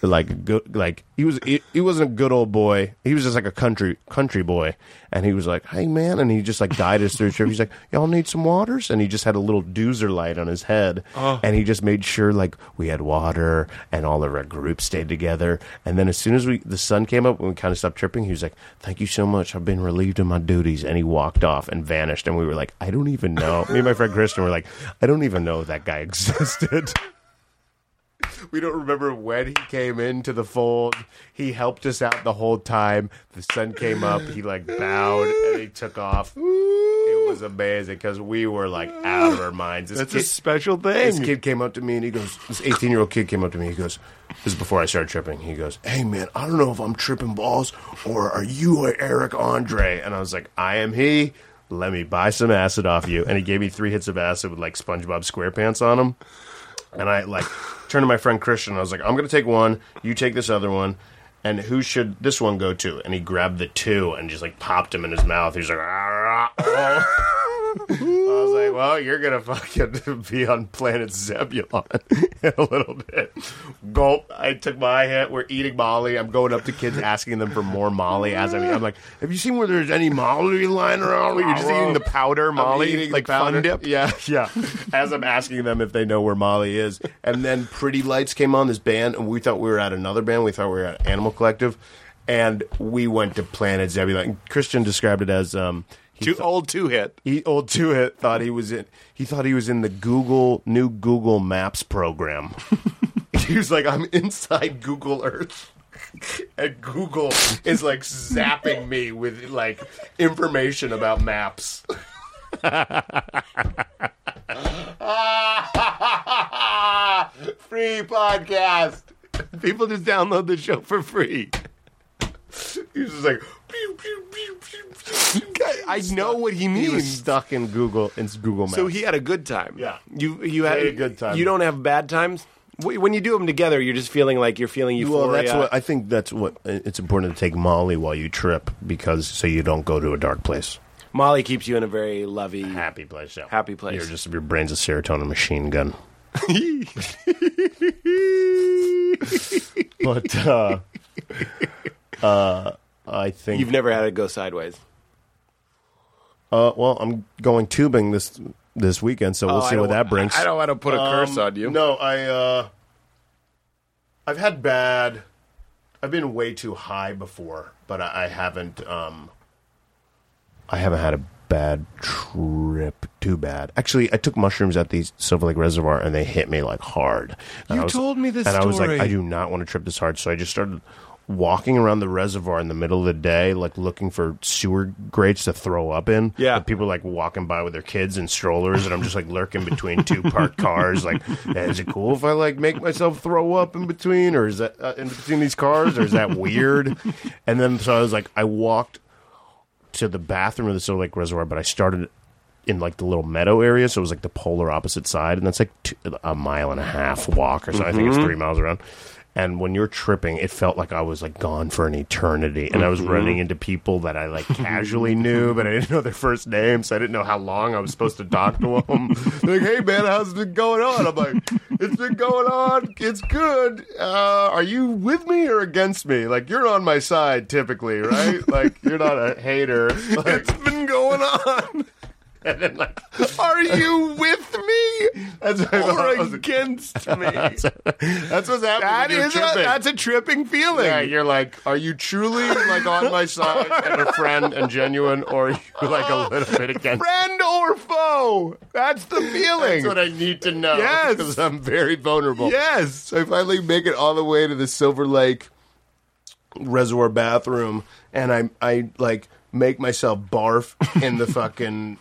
Like good, like he was. He, he wasn't a good old boy. He was just like a country country boy, and he was like, "Hey man," and he just like guided us through the trip. He's like, "Y'all need some waters," and he just had a little doozer light on his head, and he just made sure like we had water, and all of our group stayed together. And then as soon as we the sun came up and we kind of stopped tripping, he was like, "Thank you so much. I've been relieved of my duties," and he walked off and vanished. And we were like, "I don't even know." Me and my friend Christian were like, "I don't even know that guy <laughs> existed." We don't remember when he came into the fold. He helped us out the whole time. The sun came up. He like bowed and he took off. It was amazing because we were like out of our minds. This
That's
kid,
a special
this
thing.
kid came up to me and he goes, this 18 year old kid came up to me. He goes, this is before I started tripping. He goes, hey man, I don't know if I'm tripping balls or are you or Eric Andre? And I was like, I am he. Let me buy some acid off you. And he gave me three hits of acid with like SpongeBob SquarePants on them. And I like turned to my friend Christian. And I was like, I'm going to take one. You take this other one. And who should this one go to? And he grabbed the two and just like popped him in his mouth. He was like, "Ah, ah, oh." I was like, well, you're going to <laughs> fucking be on planet Zebulon <laughs> in a little bit. Gulp. I took my hit. We're eating Molly. I'm going up to kids asking them for more Molly as I I'm like, have you seen where there's any Molly lying around?
You're just eating the powder, Molly,
eating the
like fun
powder.
dip?
Yeah, <laughs> yeah. As I'm asking them if they know where Molly is, and then Pretty Lights came on this band, and we thought we were at another band. We thought we were at Animal Collective, and we went to Planet Zebulon. Christian described it as um, he
Too
thought-
old, too hit.
he old two hit thought he was in he thought he was in the Google new Google Maps program. <laughs> he was like, I'm inside Google Earth. <laughs> And Google is like zapping me with like information about maps. <laughs>
Free podcast. People just download the show for free.
He was just like, pew, pew, pew, pew, pew, pew.
I know what he
he was
means.
stuck in Google in Google Maps.
So he had a good time.
Yeah.
You you had
Had a good time.
You don't have bad times. Wh- When you do them together, you're just feeling like you're feeling euphoria.
well, that's what I think. That's what it's important to take Molly while you trip because so you don't go to a dark place.
Molly keeps you in a very lovey.
Happy place. Yeah.
Happy place.
You're just your brain's a serotonin machine <laughs> gun. but uh, uh, I think
You've never had it go sideways.
uh, well, I'm going tubing this this weekend, so we'll
Oh, I
see
don't
what
wa-
that brings.
I don't want to put a curse on you.
Um, No, I uh, I've had bad. I've been way too high before, but I, I haven't. Um, I haven't had a bad trip too bad. Actually, I took mushrooms at the Silver Lake Reservoir and they hit me like hard. And
You
I was-
told me this
and I was like,
story.
I do not want to trip this hard, so I just started walking around the reservoir in the middle of the day, like looking for sewer grates to throw up in.
Yeah.
And people like walking by with their kids and strollers, and I'm just like lurking between two parked cars. Like, is it cool if I like make myself throw up in between, or is that uh, in between these cars, or is that weird? and then so I was like, I walked to the bathroom of the Silver Lake Reservoir, but I started in like the little meadow area, so it was like the polar opposite side, and that's like two, a mile and a half walk or so. I think it's three miles around. And when you're tripping, it felt like I was like gone for an eternity, and I was running into people that I like casually knew, but I didn't know their first names. So I didn't know how long I was supposed to talk to them. <laughs> They're like, hey man, how's it been going on? I'm like, it's been going on. It's good. Uh, are you with me or against me? Like you're on my side typically, right? Like you're not a hater. <laughs> Like,
What's been going on?
<laughs> and then like
Are you with me
That's what I
or
thought was-
against me?
<laughs> That's what's happening.
That
You're
is a,
tripping.
that's a tripping feeling.
yeah. You're like, are you truly like on
<laughs>
my side and a friend and genuine, or are you like a little bit against?
Friend or foe? That's the feeling.
That's what I need to know.
Yes.
because I'm very vulnerable.
yes.
So I finally make it all the way to the Silver Lake reservoir bathroom, and I I like make myself barf in the
<laughs>
fucking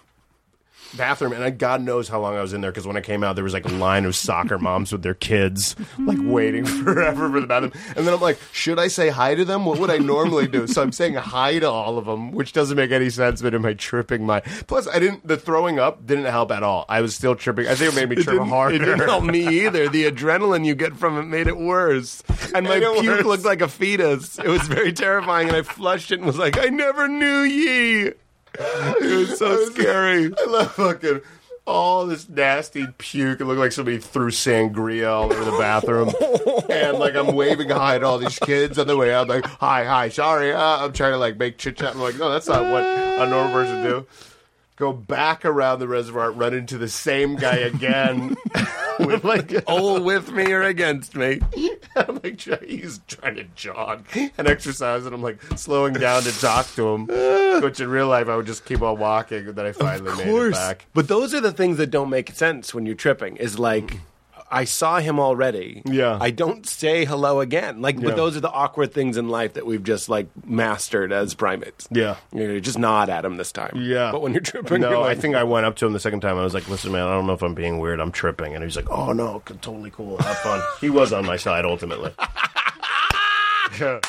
bathroom and I, god knows how long i was in there because when i came out there was like a line of soccer moms with their kids like waiting <laughs> forever for the bathroom and then i'm like should i say hi to them what would i normally do so i'm saying hi to all of them which doesn't make any sense but am i tripping my plus i didn't the throwing up didn't help at all i was still tripping i think it made me trip harder <laughs>
It didn't help me either. The adrenaline you get from it made it worse. And my
Made it
puke
worse.
looked like a fetus. It was very terrifying. And I flushed it and was like, I never knew ye. It was so scary.
I love fucking all this nasty puke. It looked like somebody threw sangria all over the bathroom. and like I'm waving hi at all these kids on the way out, like, hi, hi, sorry. Uh, I'm trying to like make chit chat. I'm like, no, that's not what a normal person do. Go back around the reservoir, run into the same guy
<laughs>
again. with like
All with me or against me.
<laughs> I'm like try- he's trying to jog and exercise, and I'm like slowing down to talk to <laughs> him. Which in real life I would just keep on walking, and then I finally made it back.
But those are the things that don't make sense when you're tripping. Is like, I saw him already.
Yeah.
I don't say hello again. Like,
Yeah.
but those are the awkward things in life that we've just like mastered as primates.
Yeah.
You know, just nod at him this time.
Yeah.
But when you're tripping,
no,
you're
I
like,
think I went up to him the second time. I was like, "Listen, man, I don't know if I'm being weird. I'm tripping." And he was like, "Oh no, c- totally cool. Have fun." he was on my side ultimately. <laughs> Yeah.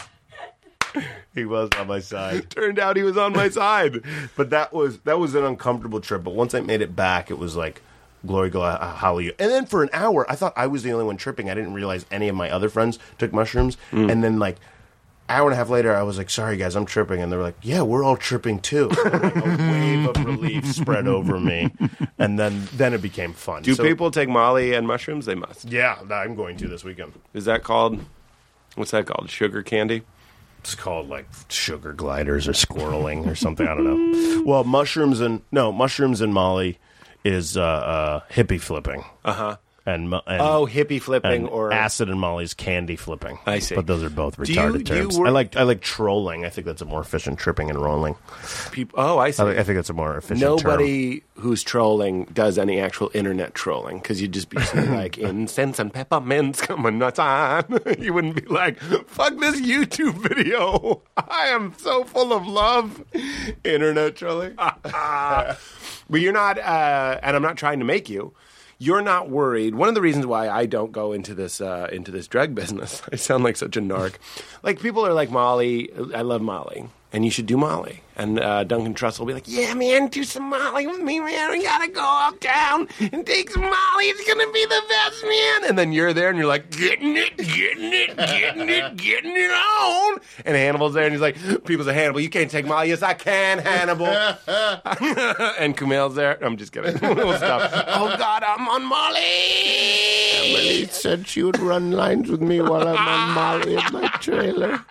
<laughs> he was on my side.
turned out he was on my side.
But that was that was an uncomfortable trip. But once I made it back, it was like. Glory, glory, uh, hallelujah. And then for an hour, I thought I was the only one tripping. I didn't realize any of my other friends took mushrooms. And then, like, hour and a half later, I was like, sorry, guys, I'm tripping. And they were like, yeah, we're all tripping too. Like, a <laughs> wave of relief spread over me. And then then it became fun.
Do
So-
people take Molly and mushrooms? They must.
Yeah, that I'm going to this weekend.
Is that called? What's that called? Sugar candy?
It's called like sugar gliders or squirreling or something. I don't know. <laughs> Well, mushrooms and no mushrooms and Molly is uh, uh, hippie flipping. Uh huh. And, mo- and
Oh, hippie flipping
and
or
acid and Molly's candy flipping.
I see.
but those are both
you-
retarded
do you
terms.
work-
I like I like trolling. I think that's a more efficient tripping and rolling.
peop- Oh, I see.
I, think- I think that's a more efficient. term.
Nobody who's trolling does any actual internet trolling because you'd just be like incense and peppermints coming nuts on. <laughs> you wouldn't be like, "Fuck this YouTube video! I am so full of love." Internet trolling, <laughs> but you're not, uh, and I'm not trying to make you. You're not worried. One of the reasons why I don't go into this uh, into this drug <laughs> business, I sound like such a narc. like people are like Molly. I love Molly and you should do Molly. And uh, Duncan Trussell will be like, yeah, man, do some Molly with me, man. We gotta go uptown and take some Molly. It's gonna be the best, man. And then you're there and you're like, getting it, getting it, getting it, getting it on. And Hannibal's there and he's like, people say, Hannibal, you can't take Molly. Yes, I can, Hannibal. <laughs> and Kumail's there. I'm just kidding. <laughs> we'll stop. Oh, God, I'm on Molly.
Emily said she would run lines with me while I'm on Molly in my trailer.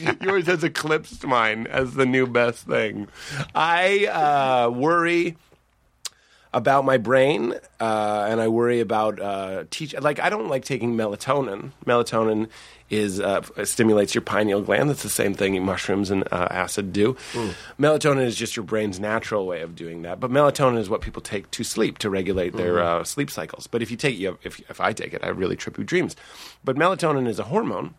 <laughs> Yours has eclipsed mine as the new best thing. I uh, worry about my brain, uh, and I worry about uh, teach. Like I don't like taking melatonin. Melatonin is uh, stimulates your pineal gland. That's the same thing mushrooms and uh, acid do. Melatonin is just your brain's natural way of doing that. But melatonin is what people take to sleep to regulate their uh, sleep cycles. But if you take, you if if I take it, I have really trippy dreams. But melatonin is a hormone.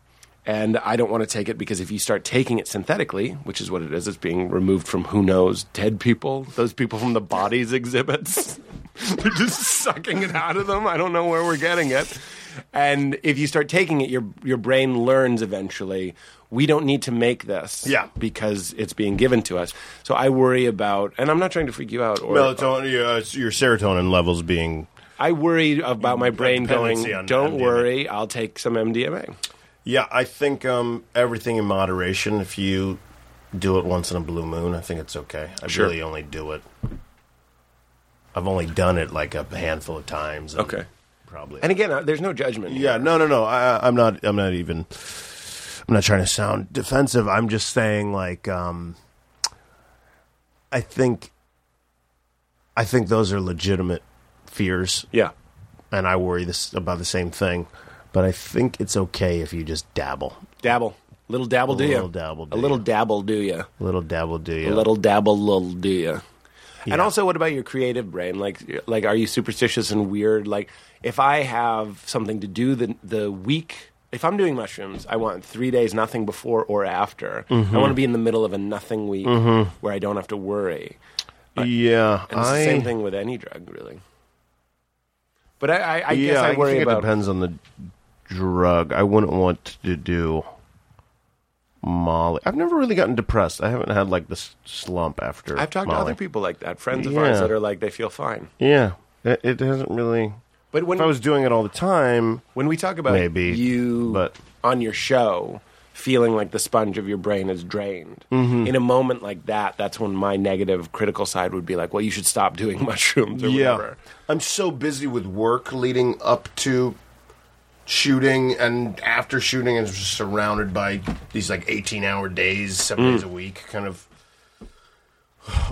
And I don't want to take it because if you start taking it synthetically, which is what it is, it's being removed from who knows dead people, those people from the bodies exhibits. <laughs> They're just sucking it out of them. I don't know where we're getting it. And if you start taking it, your your brain learns eventually. We don't need to make this,
Yeah.
because it's being given to us. So I worry about, and I'm not trying to freak you out. Or,
melatonin, uh, it's your serotonin levels being.
I worry about my brain
Dependency
going.
on
Don't
MDMA.
worry, I'll take some MDMA.
Yeah, I think um, everything in moderation. If you do it once in a blue moon, I think it's okay. I
Sure.
really only do it. I've only done it like a handful of times. and
Okay.
probably.
And again, uh, there's no judgment. here.
Yeah, no, no, no. I, I- I'm not. I'm not even. I'm not trying to sound defensive. I'm just saying, like, um, I think, I think those are legitimate fears,
yeah.
and I worry this about the same thing. But I think it's okay if you just dabble.
Dabble. Little dabble do you.
little dabble do
A little
ya.
dabble do you.
A little dabble, do you?
A little dabble little do you. And also what about your creative brain? Like like are you superstitious and weird? Like if I have something to do the the week if I'm doing mushrooms, I want three days nothing before or after. I
Mm-hmm.
want to be in the middle of a nothing week where I don't have to worry.
yeah,
And it's
I
the same thing with any drug, really. But I, I, I
yeah,
guess I, worry
think it
about.
depends on the drug. I wouldn't want to do Molly. I've never really gotten depressed. I haven't had like this slump after.
I've talked to
Molly.
other people like that, friends of ours
Yeah.
that are like they feel fine.
Yeah, it, it hasn't really.
But when
If I was doing it all the time,
when we talk about
Maybe,
you
but-
on your show feeling like the sponge of your brain is drained
Mm-hmm.
in a moment like that that's when my negative critical side would be like well you should stop doing <laughs> mushrooms or whatever
I'm so busy with work leading up to shooting and after shooting, and just surrounded by these like 18 hour days, seven days a week kind
<sighs>
of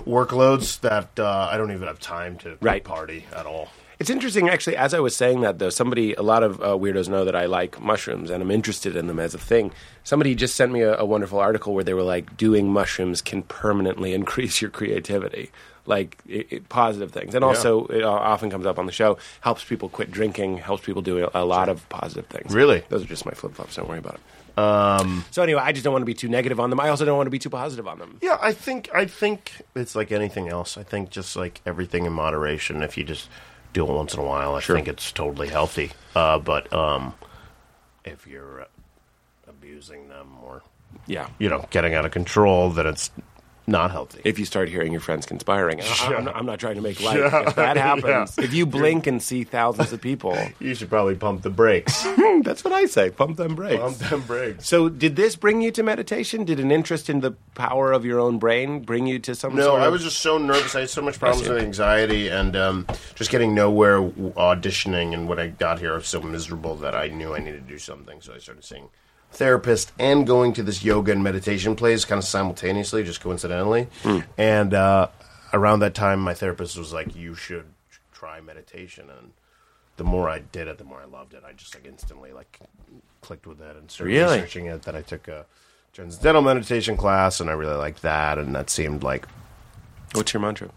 workloads that uh, I don't even have time to
Right.
party at all.
It's interesting, actually. As I was saying that, though, somebody, a lot of uh, weirdos know that I like mushrooms and I'm interested in them as a thing. Somebody just sent me a, a wonderful article where they were like, doing mushrooms can permanently <laughs> increase your creativity. Like it, it- positive things, and also it uh, often comes up on the show. Helps people quit drinking. Helps people do a, a lot of positive things.
Really?
those are just my flip flops. Don't worry about it. Um, so anyway, I just don't want to be too negative on them. I also don't want to be too positive on them.
yeah, I think I think it's like anything else. I think just like everything in moderation. If you just do it once in a while, I think it's totally healthy. Uh, but um, if you're uh, abusing them or
Yeah.
you know getting out of control, then it's not healthy.
if you start hearing your friends conspiring. I, I'm, not, I'm not trying to make light. If that happens, if you blink and see thousands of people, hmm,
you should probably pump the brakes.
that's what I say. Pump them brakes.
pump them brakes.
So, did this bring you to meditation? Did an interest in the power of your own brain bring you to some?
No,
sort of-
I was just so nervous. I had so much problems with anxiety and um, just getting nowhere w- auditioning. And when I got here, I was so miserable that I knew I needed to do something. So I started seeing a therapist and going to this yoga and meditation place kind of simultaneously, just coincidentally.
Hmm.
And uh, around that time, my therapist was like, "You should try meditation." And the more I did it, the more I loved it. I just like instantly like clicked with it and started
Really?
researching it. Then I took a transcendental meditation class, and I really liked that. And that seemed like
What's your mantra?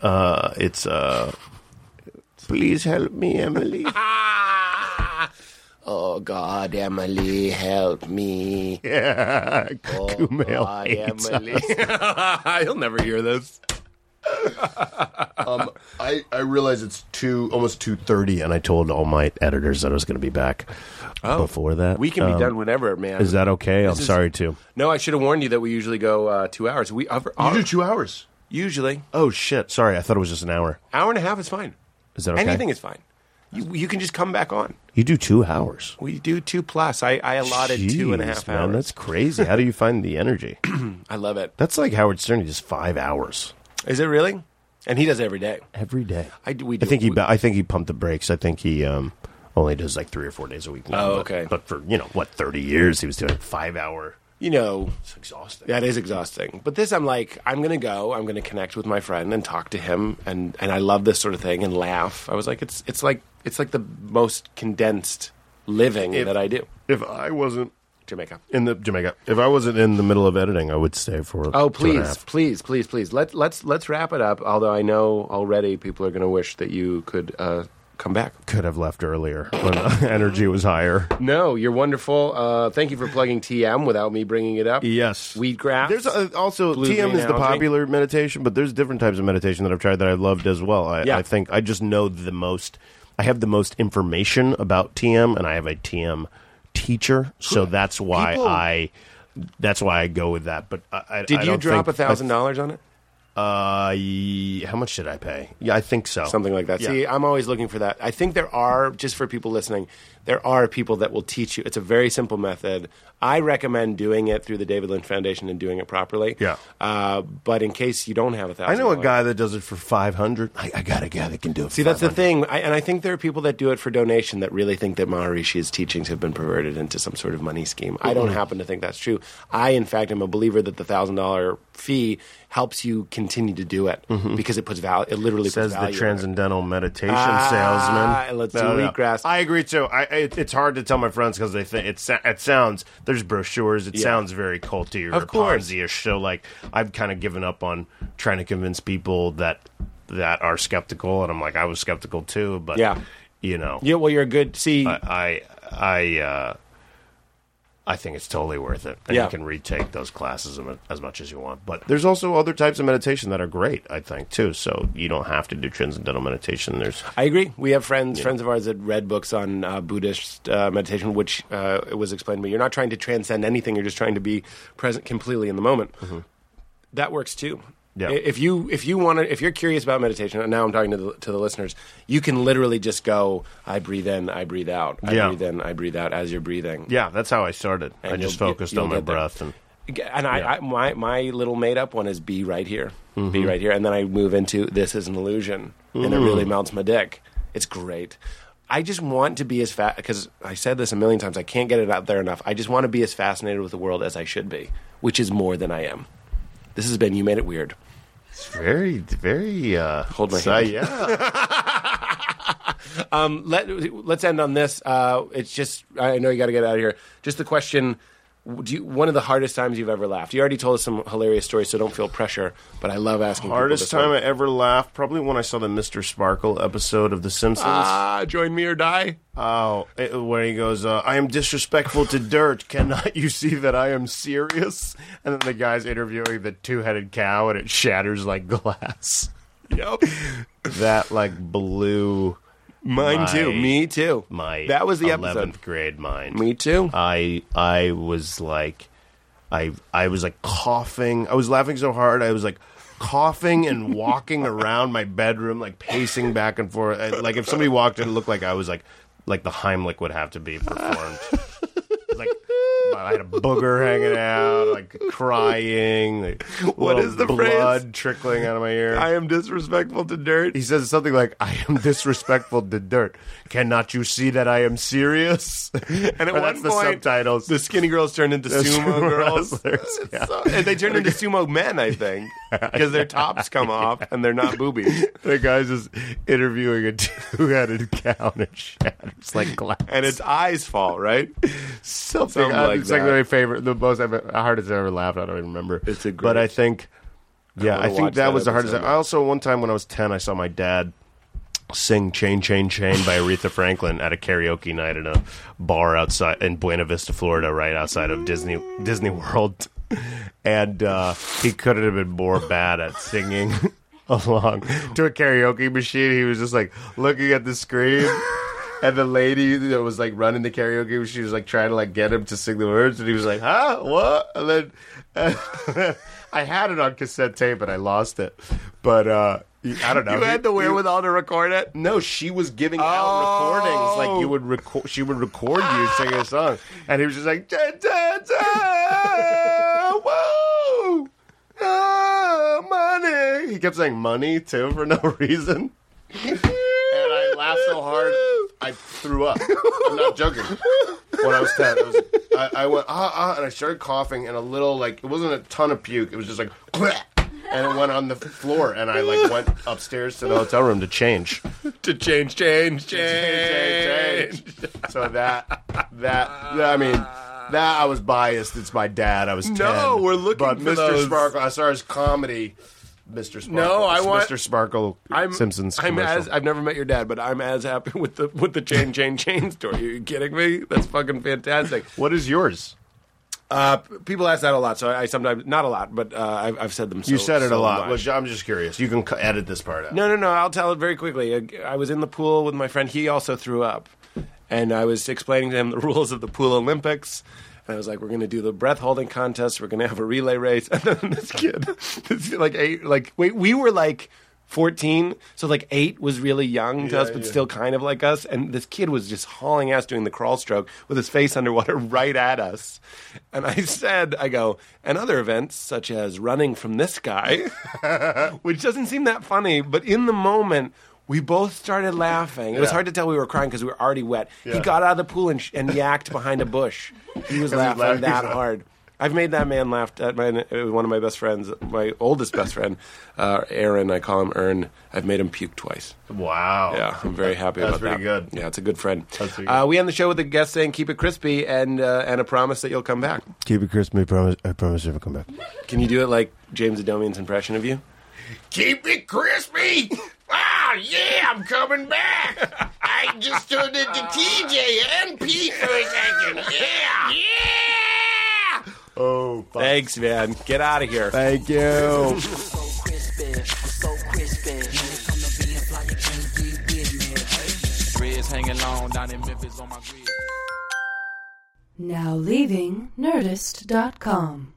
Uh, it's uh,
Please help me,
<laughs>
Emily.
Ah! Oh God, Emily, help me!
yeah,
<laughs>
Oh,
Kumail hates
He'll never hear this.
<laughs> um, I I realize it's two almost two thirty,
and I told all my editors that I was going to be back before that.
Oh, We can be
Um,
done whenever, man.
Is that okay? I'm
This is-
sorry to.
No, I should have warned you that we usually go uh, two hours. We our,
You do two hours.
usually
Oh shit! Sorry, I thought it was just an hour.
hour and a half is fine.
Is that okay?
Anything is fine. You, you can just come back on.
You do two hours.
We do two plus. I, I allotted two and a half
Jeez, man,
hours.
That's crazy. How do you find the energy?
I love it.
That's like Howard Stern, just five hours
Is it really? And he does it every day.
every day.
I do- we
I
do-
think he.
we-
ba- I think he pumped the brakes. I think he um, only does like three or four days a week. Now,
Oh,
but-
okay.
But, for you know what, thirty years he was doing five hour.
You know,
It's exhausting.
that is exhausting. But this, I'm like, I'm gonna go. I'm gonna connect with my friend and talk to him. And and I love this sort of thing and laugh. I was like, it's it's like it's like the most condensed living that I do.
If I wasn't
Jamaica.
in the Jamaica, if I wasn't in the middle of editing, I would stay for. two and
Oh
a
please,
half.
please, please, please. Let let's let's wrap it up. Although I know already people are gonna wish that you could uh, come back.
could have left earlier when the <laughs> energy was higher.
No, you're wonderful. Uh, thank you for plugging TM without me bringing it up.
Yes.
Wheatgrass.
There's uh also
Blue
TM
green
is the
algae.
popular meditation, but there's different types of meditation that I've tried that I loved as well. I,
Yeah.
I think I just know the most. I have the most information about TM, and I have a TM teacher, so that's why
People-
I. That's why I go with that. But I, I,
Did
I
you
don't
drop a
think-
thousand dollars on it?
I- Uh, ye- how much did I pay? Yeah, I think so.
Something like that.
Oh. Yeah.
See, I'm always looking for that. I think there are just for people listening, there are people that will teach you. It's a very simple method. I recommend doing it through the David Lynch Foundation and doing it properly.
Yeah.
Uh, but in case you don't have a thousand,
I know a guy that does it for five hundred. I, I got a guy that can do it.
See, that's the thing, I, and I think there are people that do it for donation that really think that Maharishi's teachings have been perverted into some sort of money scheme. I don't happen to think that's true. I, in fact, am a believer that the thousand dollar fee helps you continue to do it because it puts value. It literally
Mm-hmm. says
puts
the
value in it.
transcendental meditation
Ah,
salesman.
let's do wheatgrass.
I agree too. I, I- it, it's hard to tell my friends because they think it, sa- it sounds. There's brochures. It sounds very culty or
Of course.
Ponzi-ish. So like, I've kind of given up on trying to convince people that that are skeptical, and I'm like, I was skeptical too, but
Yeah.
you know,
Yeah, well, you're a good. See,
I I. I uh, I think it's totally worth it. And
Yeah.
you can retake those classes as mu- as much as you want. But there's also other types of meditation that are great, I think, too. So you don't have to do transcendental meditation. There's
I agree. We have friends, friends of ours that read books on uh, Buddhist uh, meditation, which uh, it was explained to me. You're not trying to transcend anything; you're just trying to be present completely in the moment. That works too.
Mm-hmm. Yeah.
I- If you if you want to if you're curious about meditation, and now I'm talking to the, to the listeners, you can literally just go. I breathe in, I breathe out. I
Yeah.
breathe in, I breathe out as you're breathing.
yeah, that's how I started.
And
I just
you'll-
focused
you'll
on my
get there.
breath and
And I,
Yeah. Mm-hmm.
I my my little made up one is be right here, be right here, and then I move into this is an illusion, and it
Mm.
really melts my dick. It's great. I just want to be as fat because I said this a million times. I can't get it out there enough. I just want to be as fascinated with the world as I should be, which is more than I am. This has been you made it weird.
it's very very uh
<laughs> Hold my
so-
hand.
yeah.
Let let's end on this. Uh, it's just I know you got to get out of here. Just the question: Do you, one of the hardest times you've ever laughed? You already told us some hilarious stories, so don't feel pressure. But I love asking. people
Hardest
this one.
time I ever laughed, probably when I saw the Mr. Sparkle episode of The Simpsons.
Ah, join me or die.
Oh, it- where he goes, uh, I am disrespectful to dirt. Cannot you see that I am serious? And then the guy's interviewing the two headed cow and it shatters like glass. <laughs> Yep. that, like, blew
Mine too.
My-
Me too.
my Uh,
that was the
11th
episode.
grade mind.
Me too.
I I was like I I was like coughing. I was laughing so hard I was like coughing
<laughs>
and walking around my bedroom like pacing back and forth. I, like if somebody walked in it looked like I was like like the Heimlich would have to be
<laughs>
performed. like I had a booger hanging out, like crying, like
What
little
is the phrase?
blood trickling out of my ear.
I am disrespectful to dirt.
He says something like, "I am disrespectful to dirt. Cannot you see that I am serious?"
And at
Or
one
that's the
point,
subtitles.
the skinny girls turned into
Those <laughs>
sumo
were
girls.
wrestlers,
<laughs> It's
yeah.
so- and they turned into sumo men,
<laughs>
I think, because their tops come off and they're not boobies.
the guy's just interviewing a <laughs> two-headed cow and it shatters like glass.
And it's eyes' fault, right?
<laughs> something,
something like
it's like
that.
my favorite, the most I've, hardest I've ever laughed. I don't even remember.
It's a
but
great-
I think, yeah,
wanna
I
watch
think that,
that
was the hardest.
episode.
I also one time when I was ten, I saw my dad sing "Chain Chain Chain" by Aretha Franklin at a karaoke night at a bar outside in Buena Vista, Florida, right outside of Disney Disney World. <laughs> And uh, he couldn't have been more bad at singing <laughs> along to a karaoke machine. He was just like looking at the screen.
<laughs>
And the lady that was like running the karaoke, she was like trying to like get him to sing the words, and he was like, "Huh? What?" And then <laughs> I had it on cassette tape, but I lost it. But uh I don't know.
You had the wherewithal to record it.
No, she was giving
Oh.
out recordings. Like you would record, she would record you singing <laughs> a song, and he was just like, da, da, da, "Whoa, ah, money." He kept saying "money" too for no <laughs> reason, and I laughed so hard I threw up. I'm not joking. When I was ten, I, was, I, I went ah ah, and I started coughing, and a little like it wasn't a ton of puke. It was just like. <laughs> And it went on the floor, and I like went upstairs to the hotel room to change
To change, change, change.
change. So that that I mean that I was biased. It's my dad. I was ten.
No, we're looking
But
for
Mr.
those.
Sparkle, I saw his comedy. Mr. Sparkle.
No, I
It's
want-
Mr. Sparkle.
I'm
Simpsons.
I'm
commercial.
as I've never met your dad, but I'm as happy <laughs> with the with the chain chain chain story. Are you kidding me? That's fucking fantastic.
what is yours?
Uh, p- people ask that a lot, so I, I sometimes not a lot, but uh, I've, I've said them. So,
You said it a
so
lot.
much.
Well, I'm just curious. You can cu- edit this part out.
No, no, no. I'll tell it very quickly. Uh, I was in the pool with my friend. He also threw up. And I was explaining to him the <laughs> rules of the pool Olympics. And I was like, we're going to do the breath holding contest. We're going to have a relay race. <laughs> And then this kid, this, like, eight, like, wait, we were like 14. So, like, eight was really young to us, but still kind of like us. And this kid was just hauling ass doing the crawl stroke with his face underwater <laughs> right at us. And I said, I go, and other events such as running from this guy <laughs> which doesn't seem that funny, but in the moment, we both started laughing. It was
Yeah.
hard to tell we were crying because we were already wet. He
Yeah.
got out of the pool and, sh- and yacked behind a bush.
<laughs>
He was laughing
laughing
that
so-
hard. I've made that man laugh. At my, uh, one of my best friends, my oldest best friend, uh, Aaron. I call him Ern. I've made him puke twice.
Wow.
Yeah, I'm very happy
Oh. <laughs> That's
about
pretty
that.
good.
Yeah, it's a good friend.
That's pretty
Uh,
good.
we end the show with a guest saying, "Keep it crispy" and uh, and a promise that you'll come back.
Keep it crisp. I promise. I promise you'll come back.
Can you do it like James Adomian's impression of you?
Keep it crispy. Wow, yeah, I'm coming back. I just turned into TJ and Pete for a second. Yeah. Oh, Yeah.
Thanks, man. Get out of here.
Thank you.
Reds hanging long down in Memphis on my grid.
Now leaving Nerdist.com.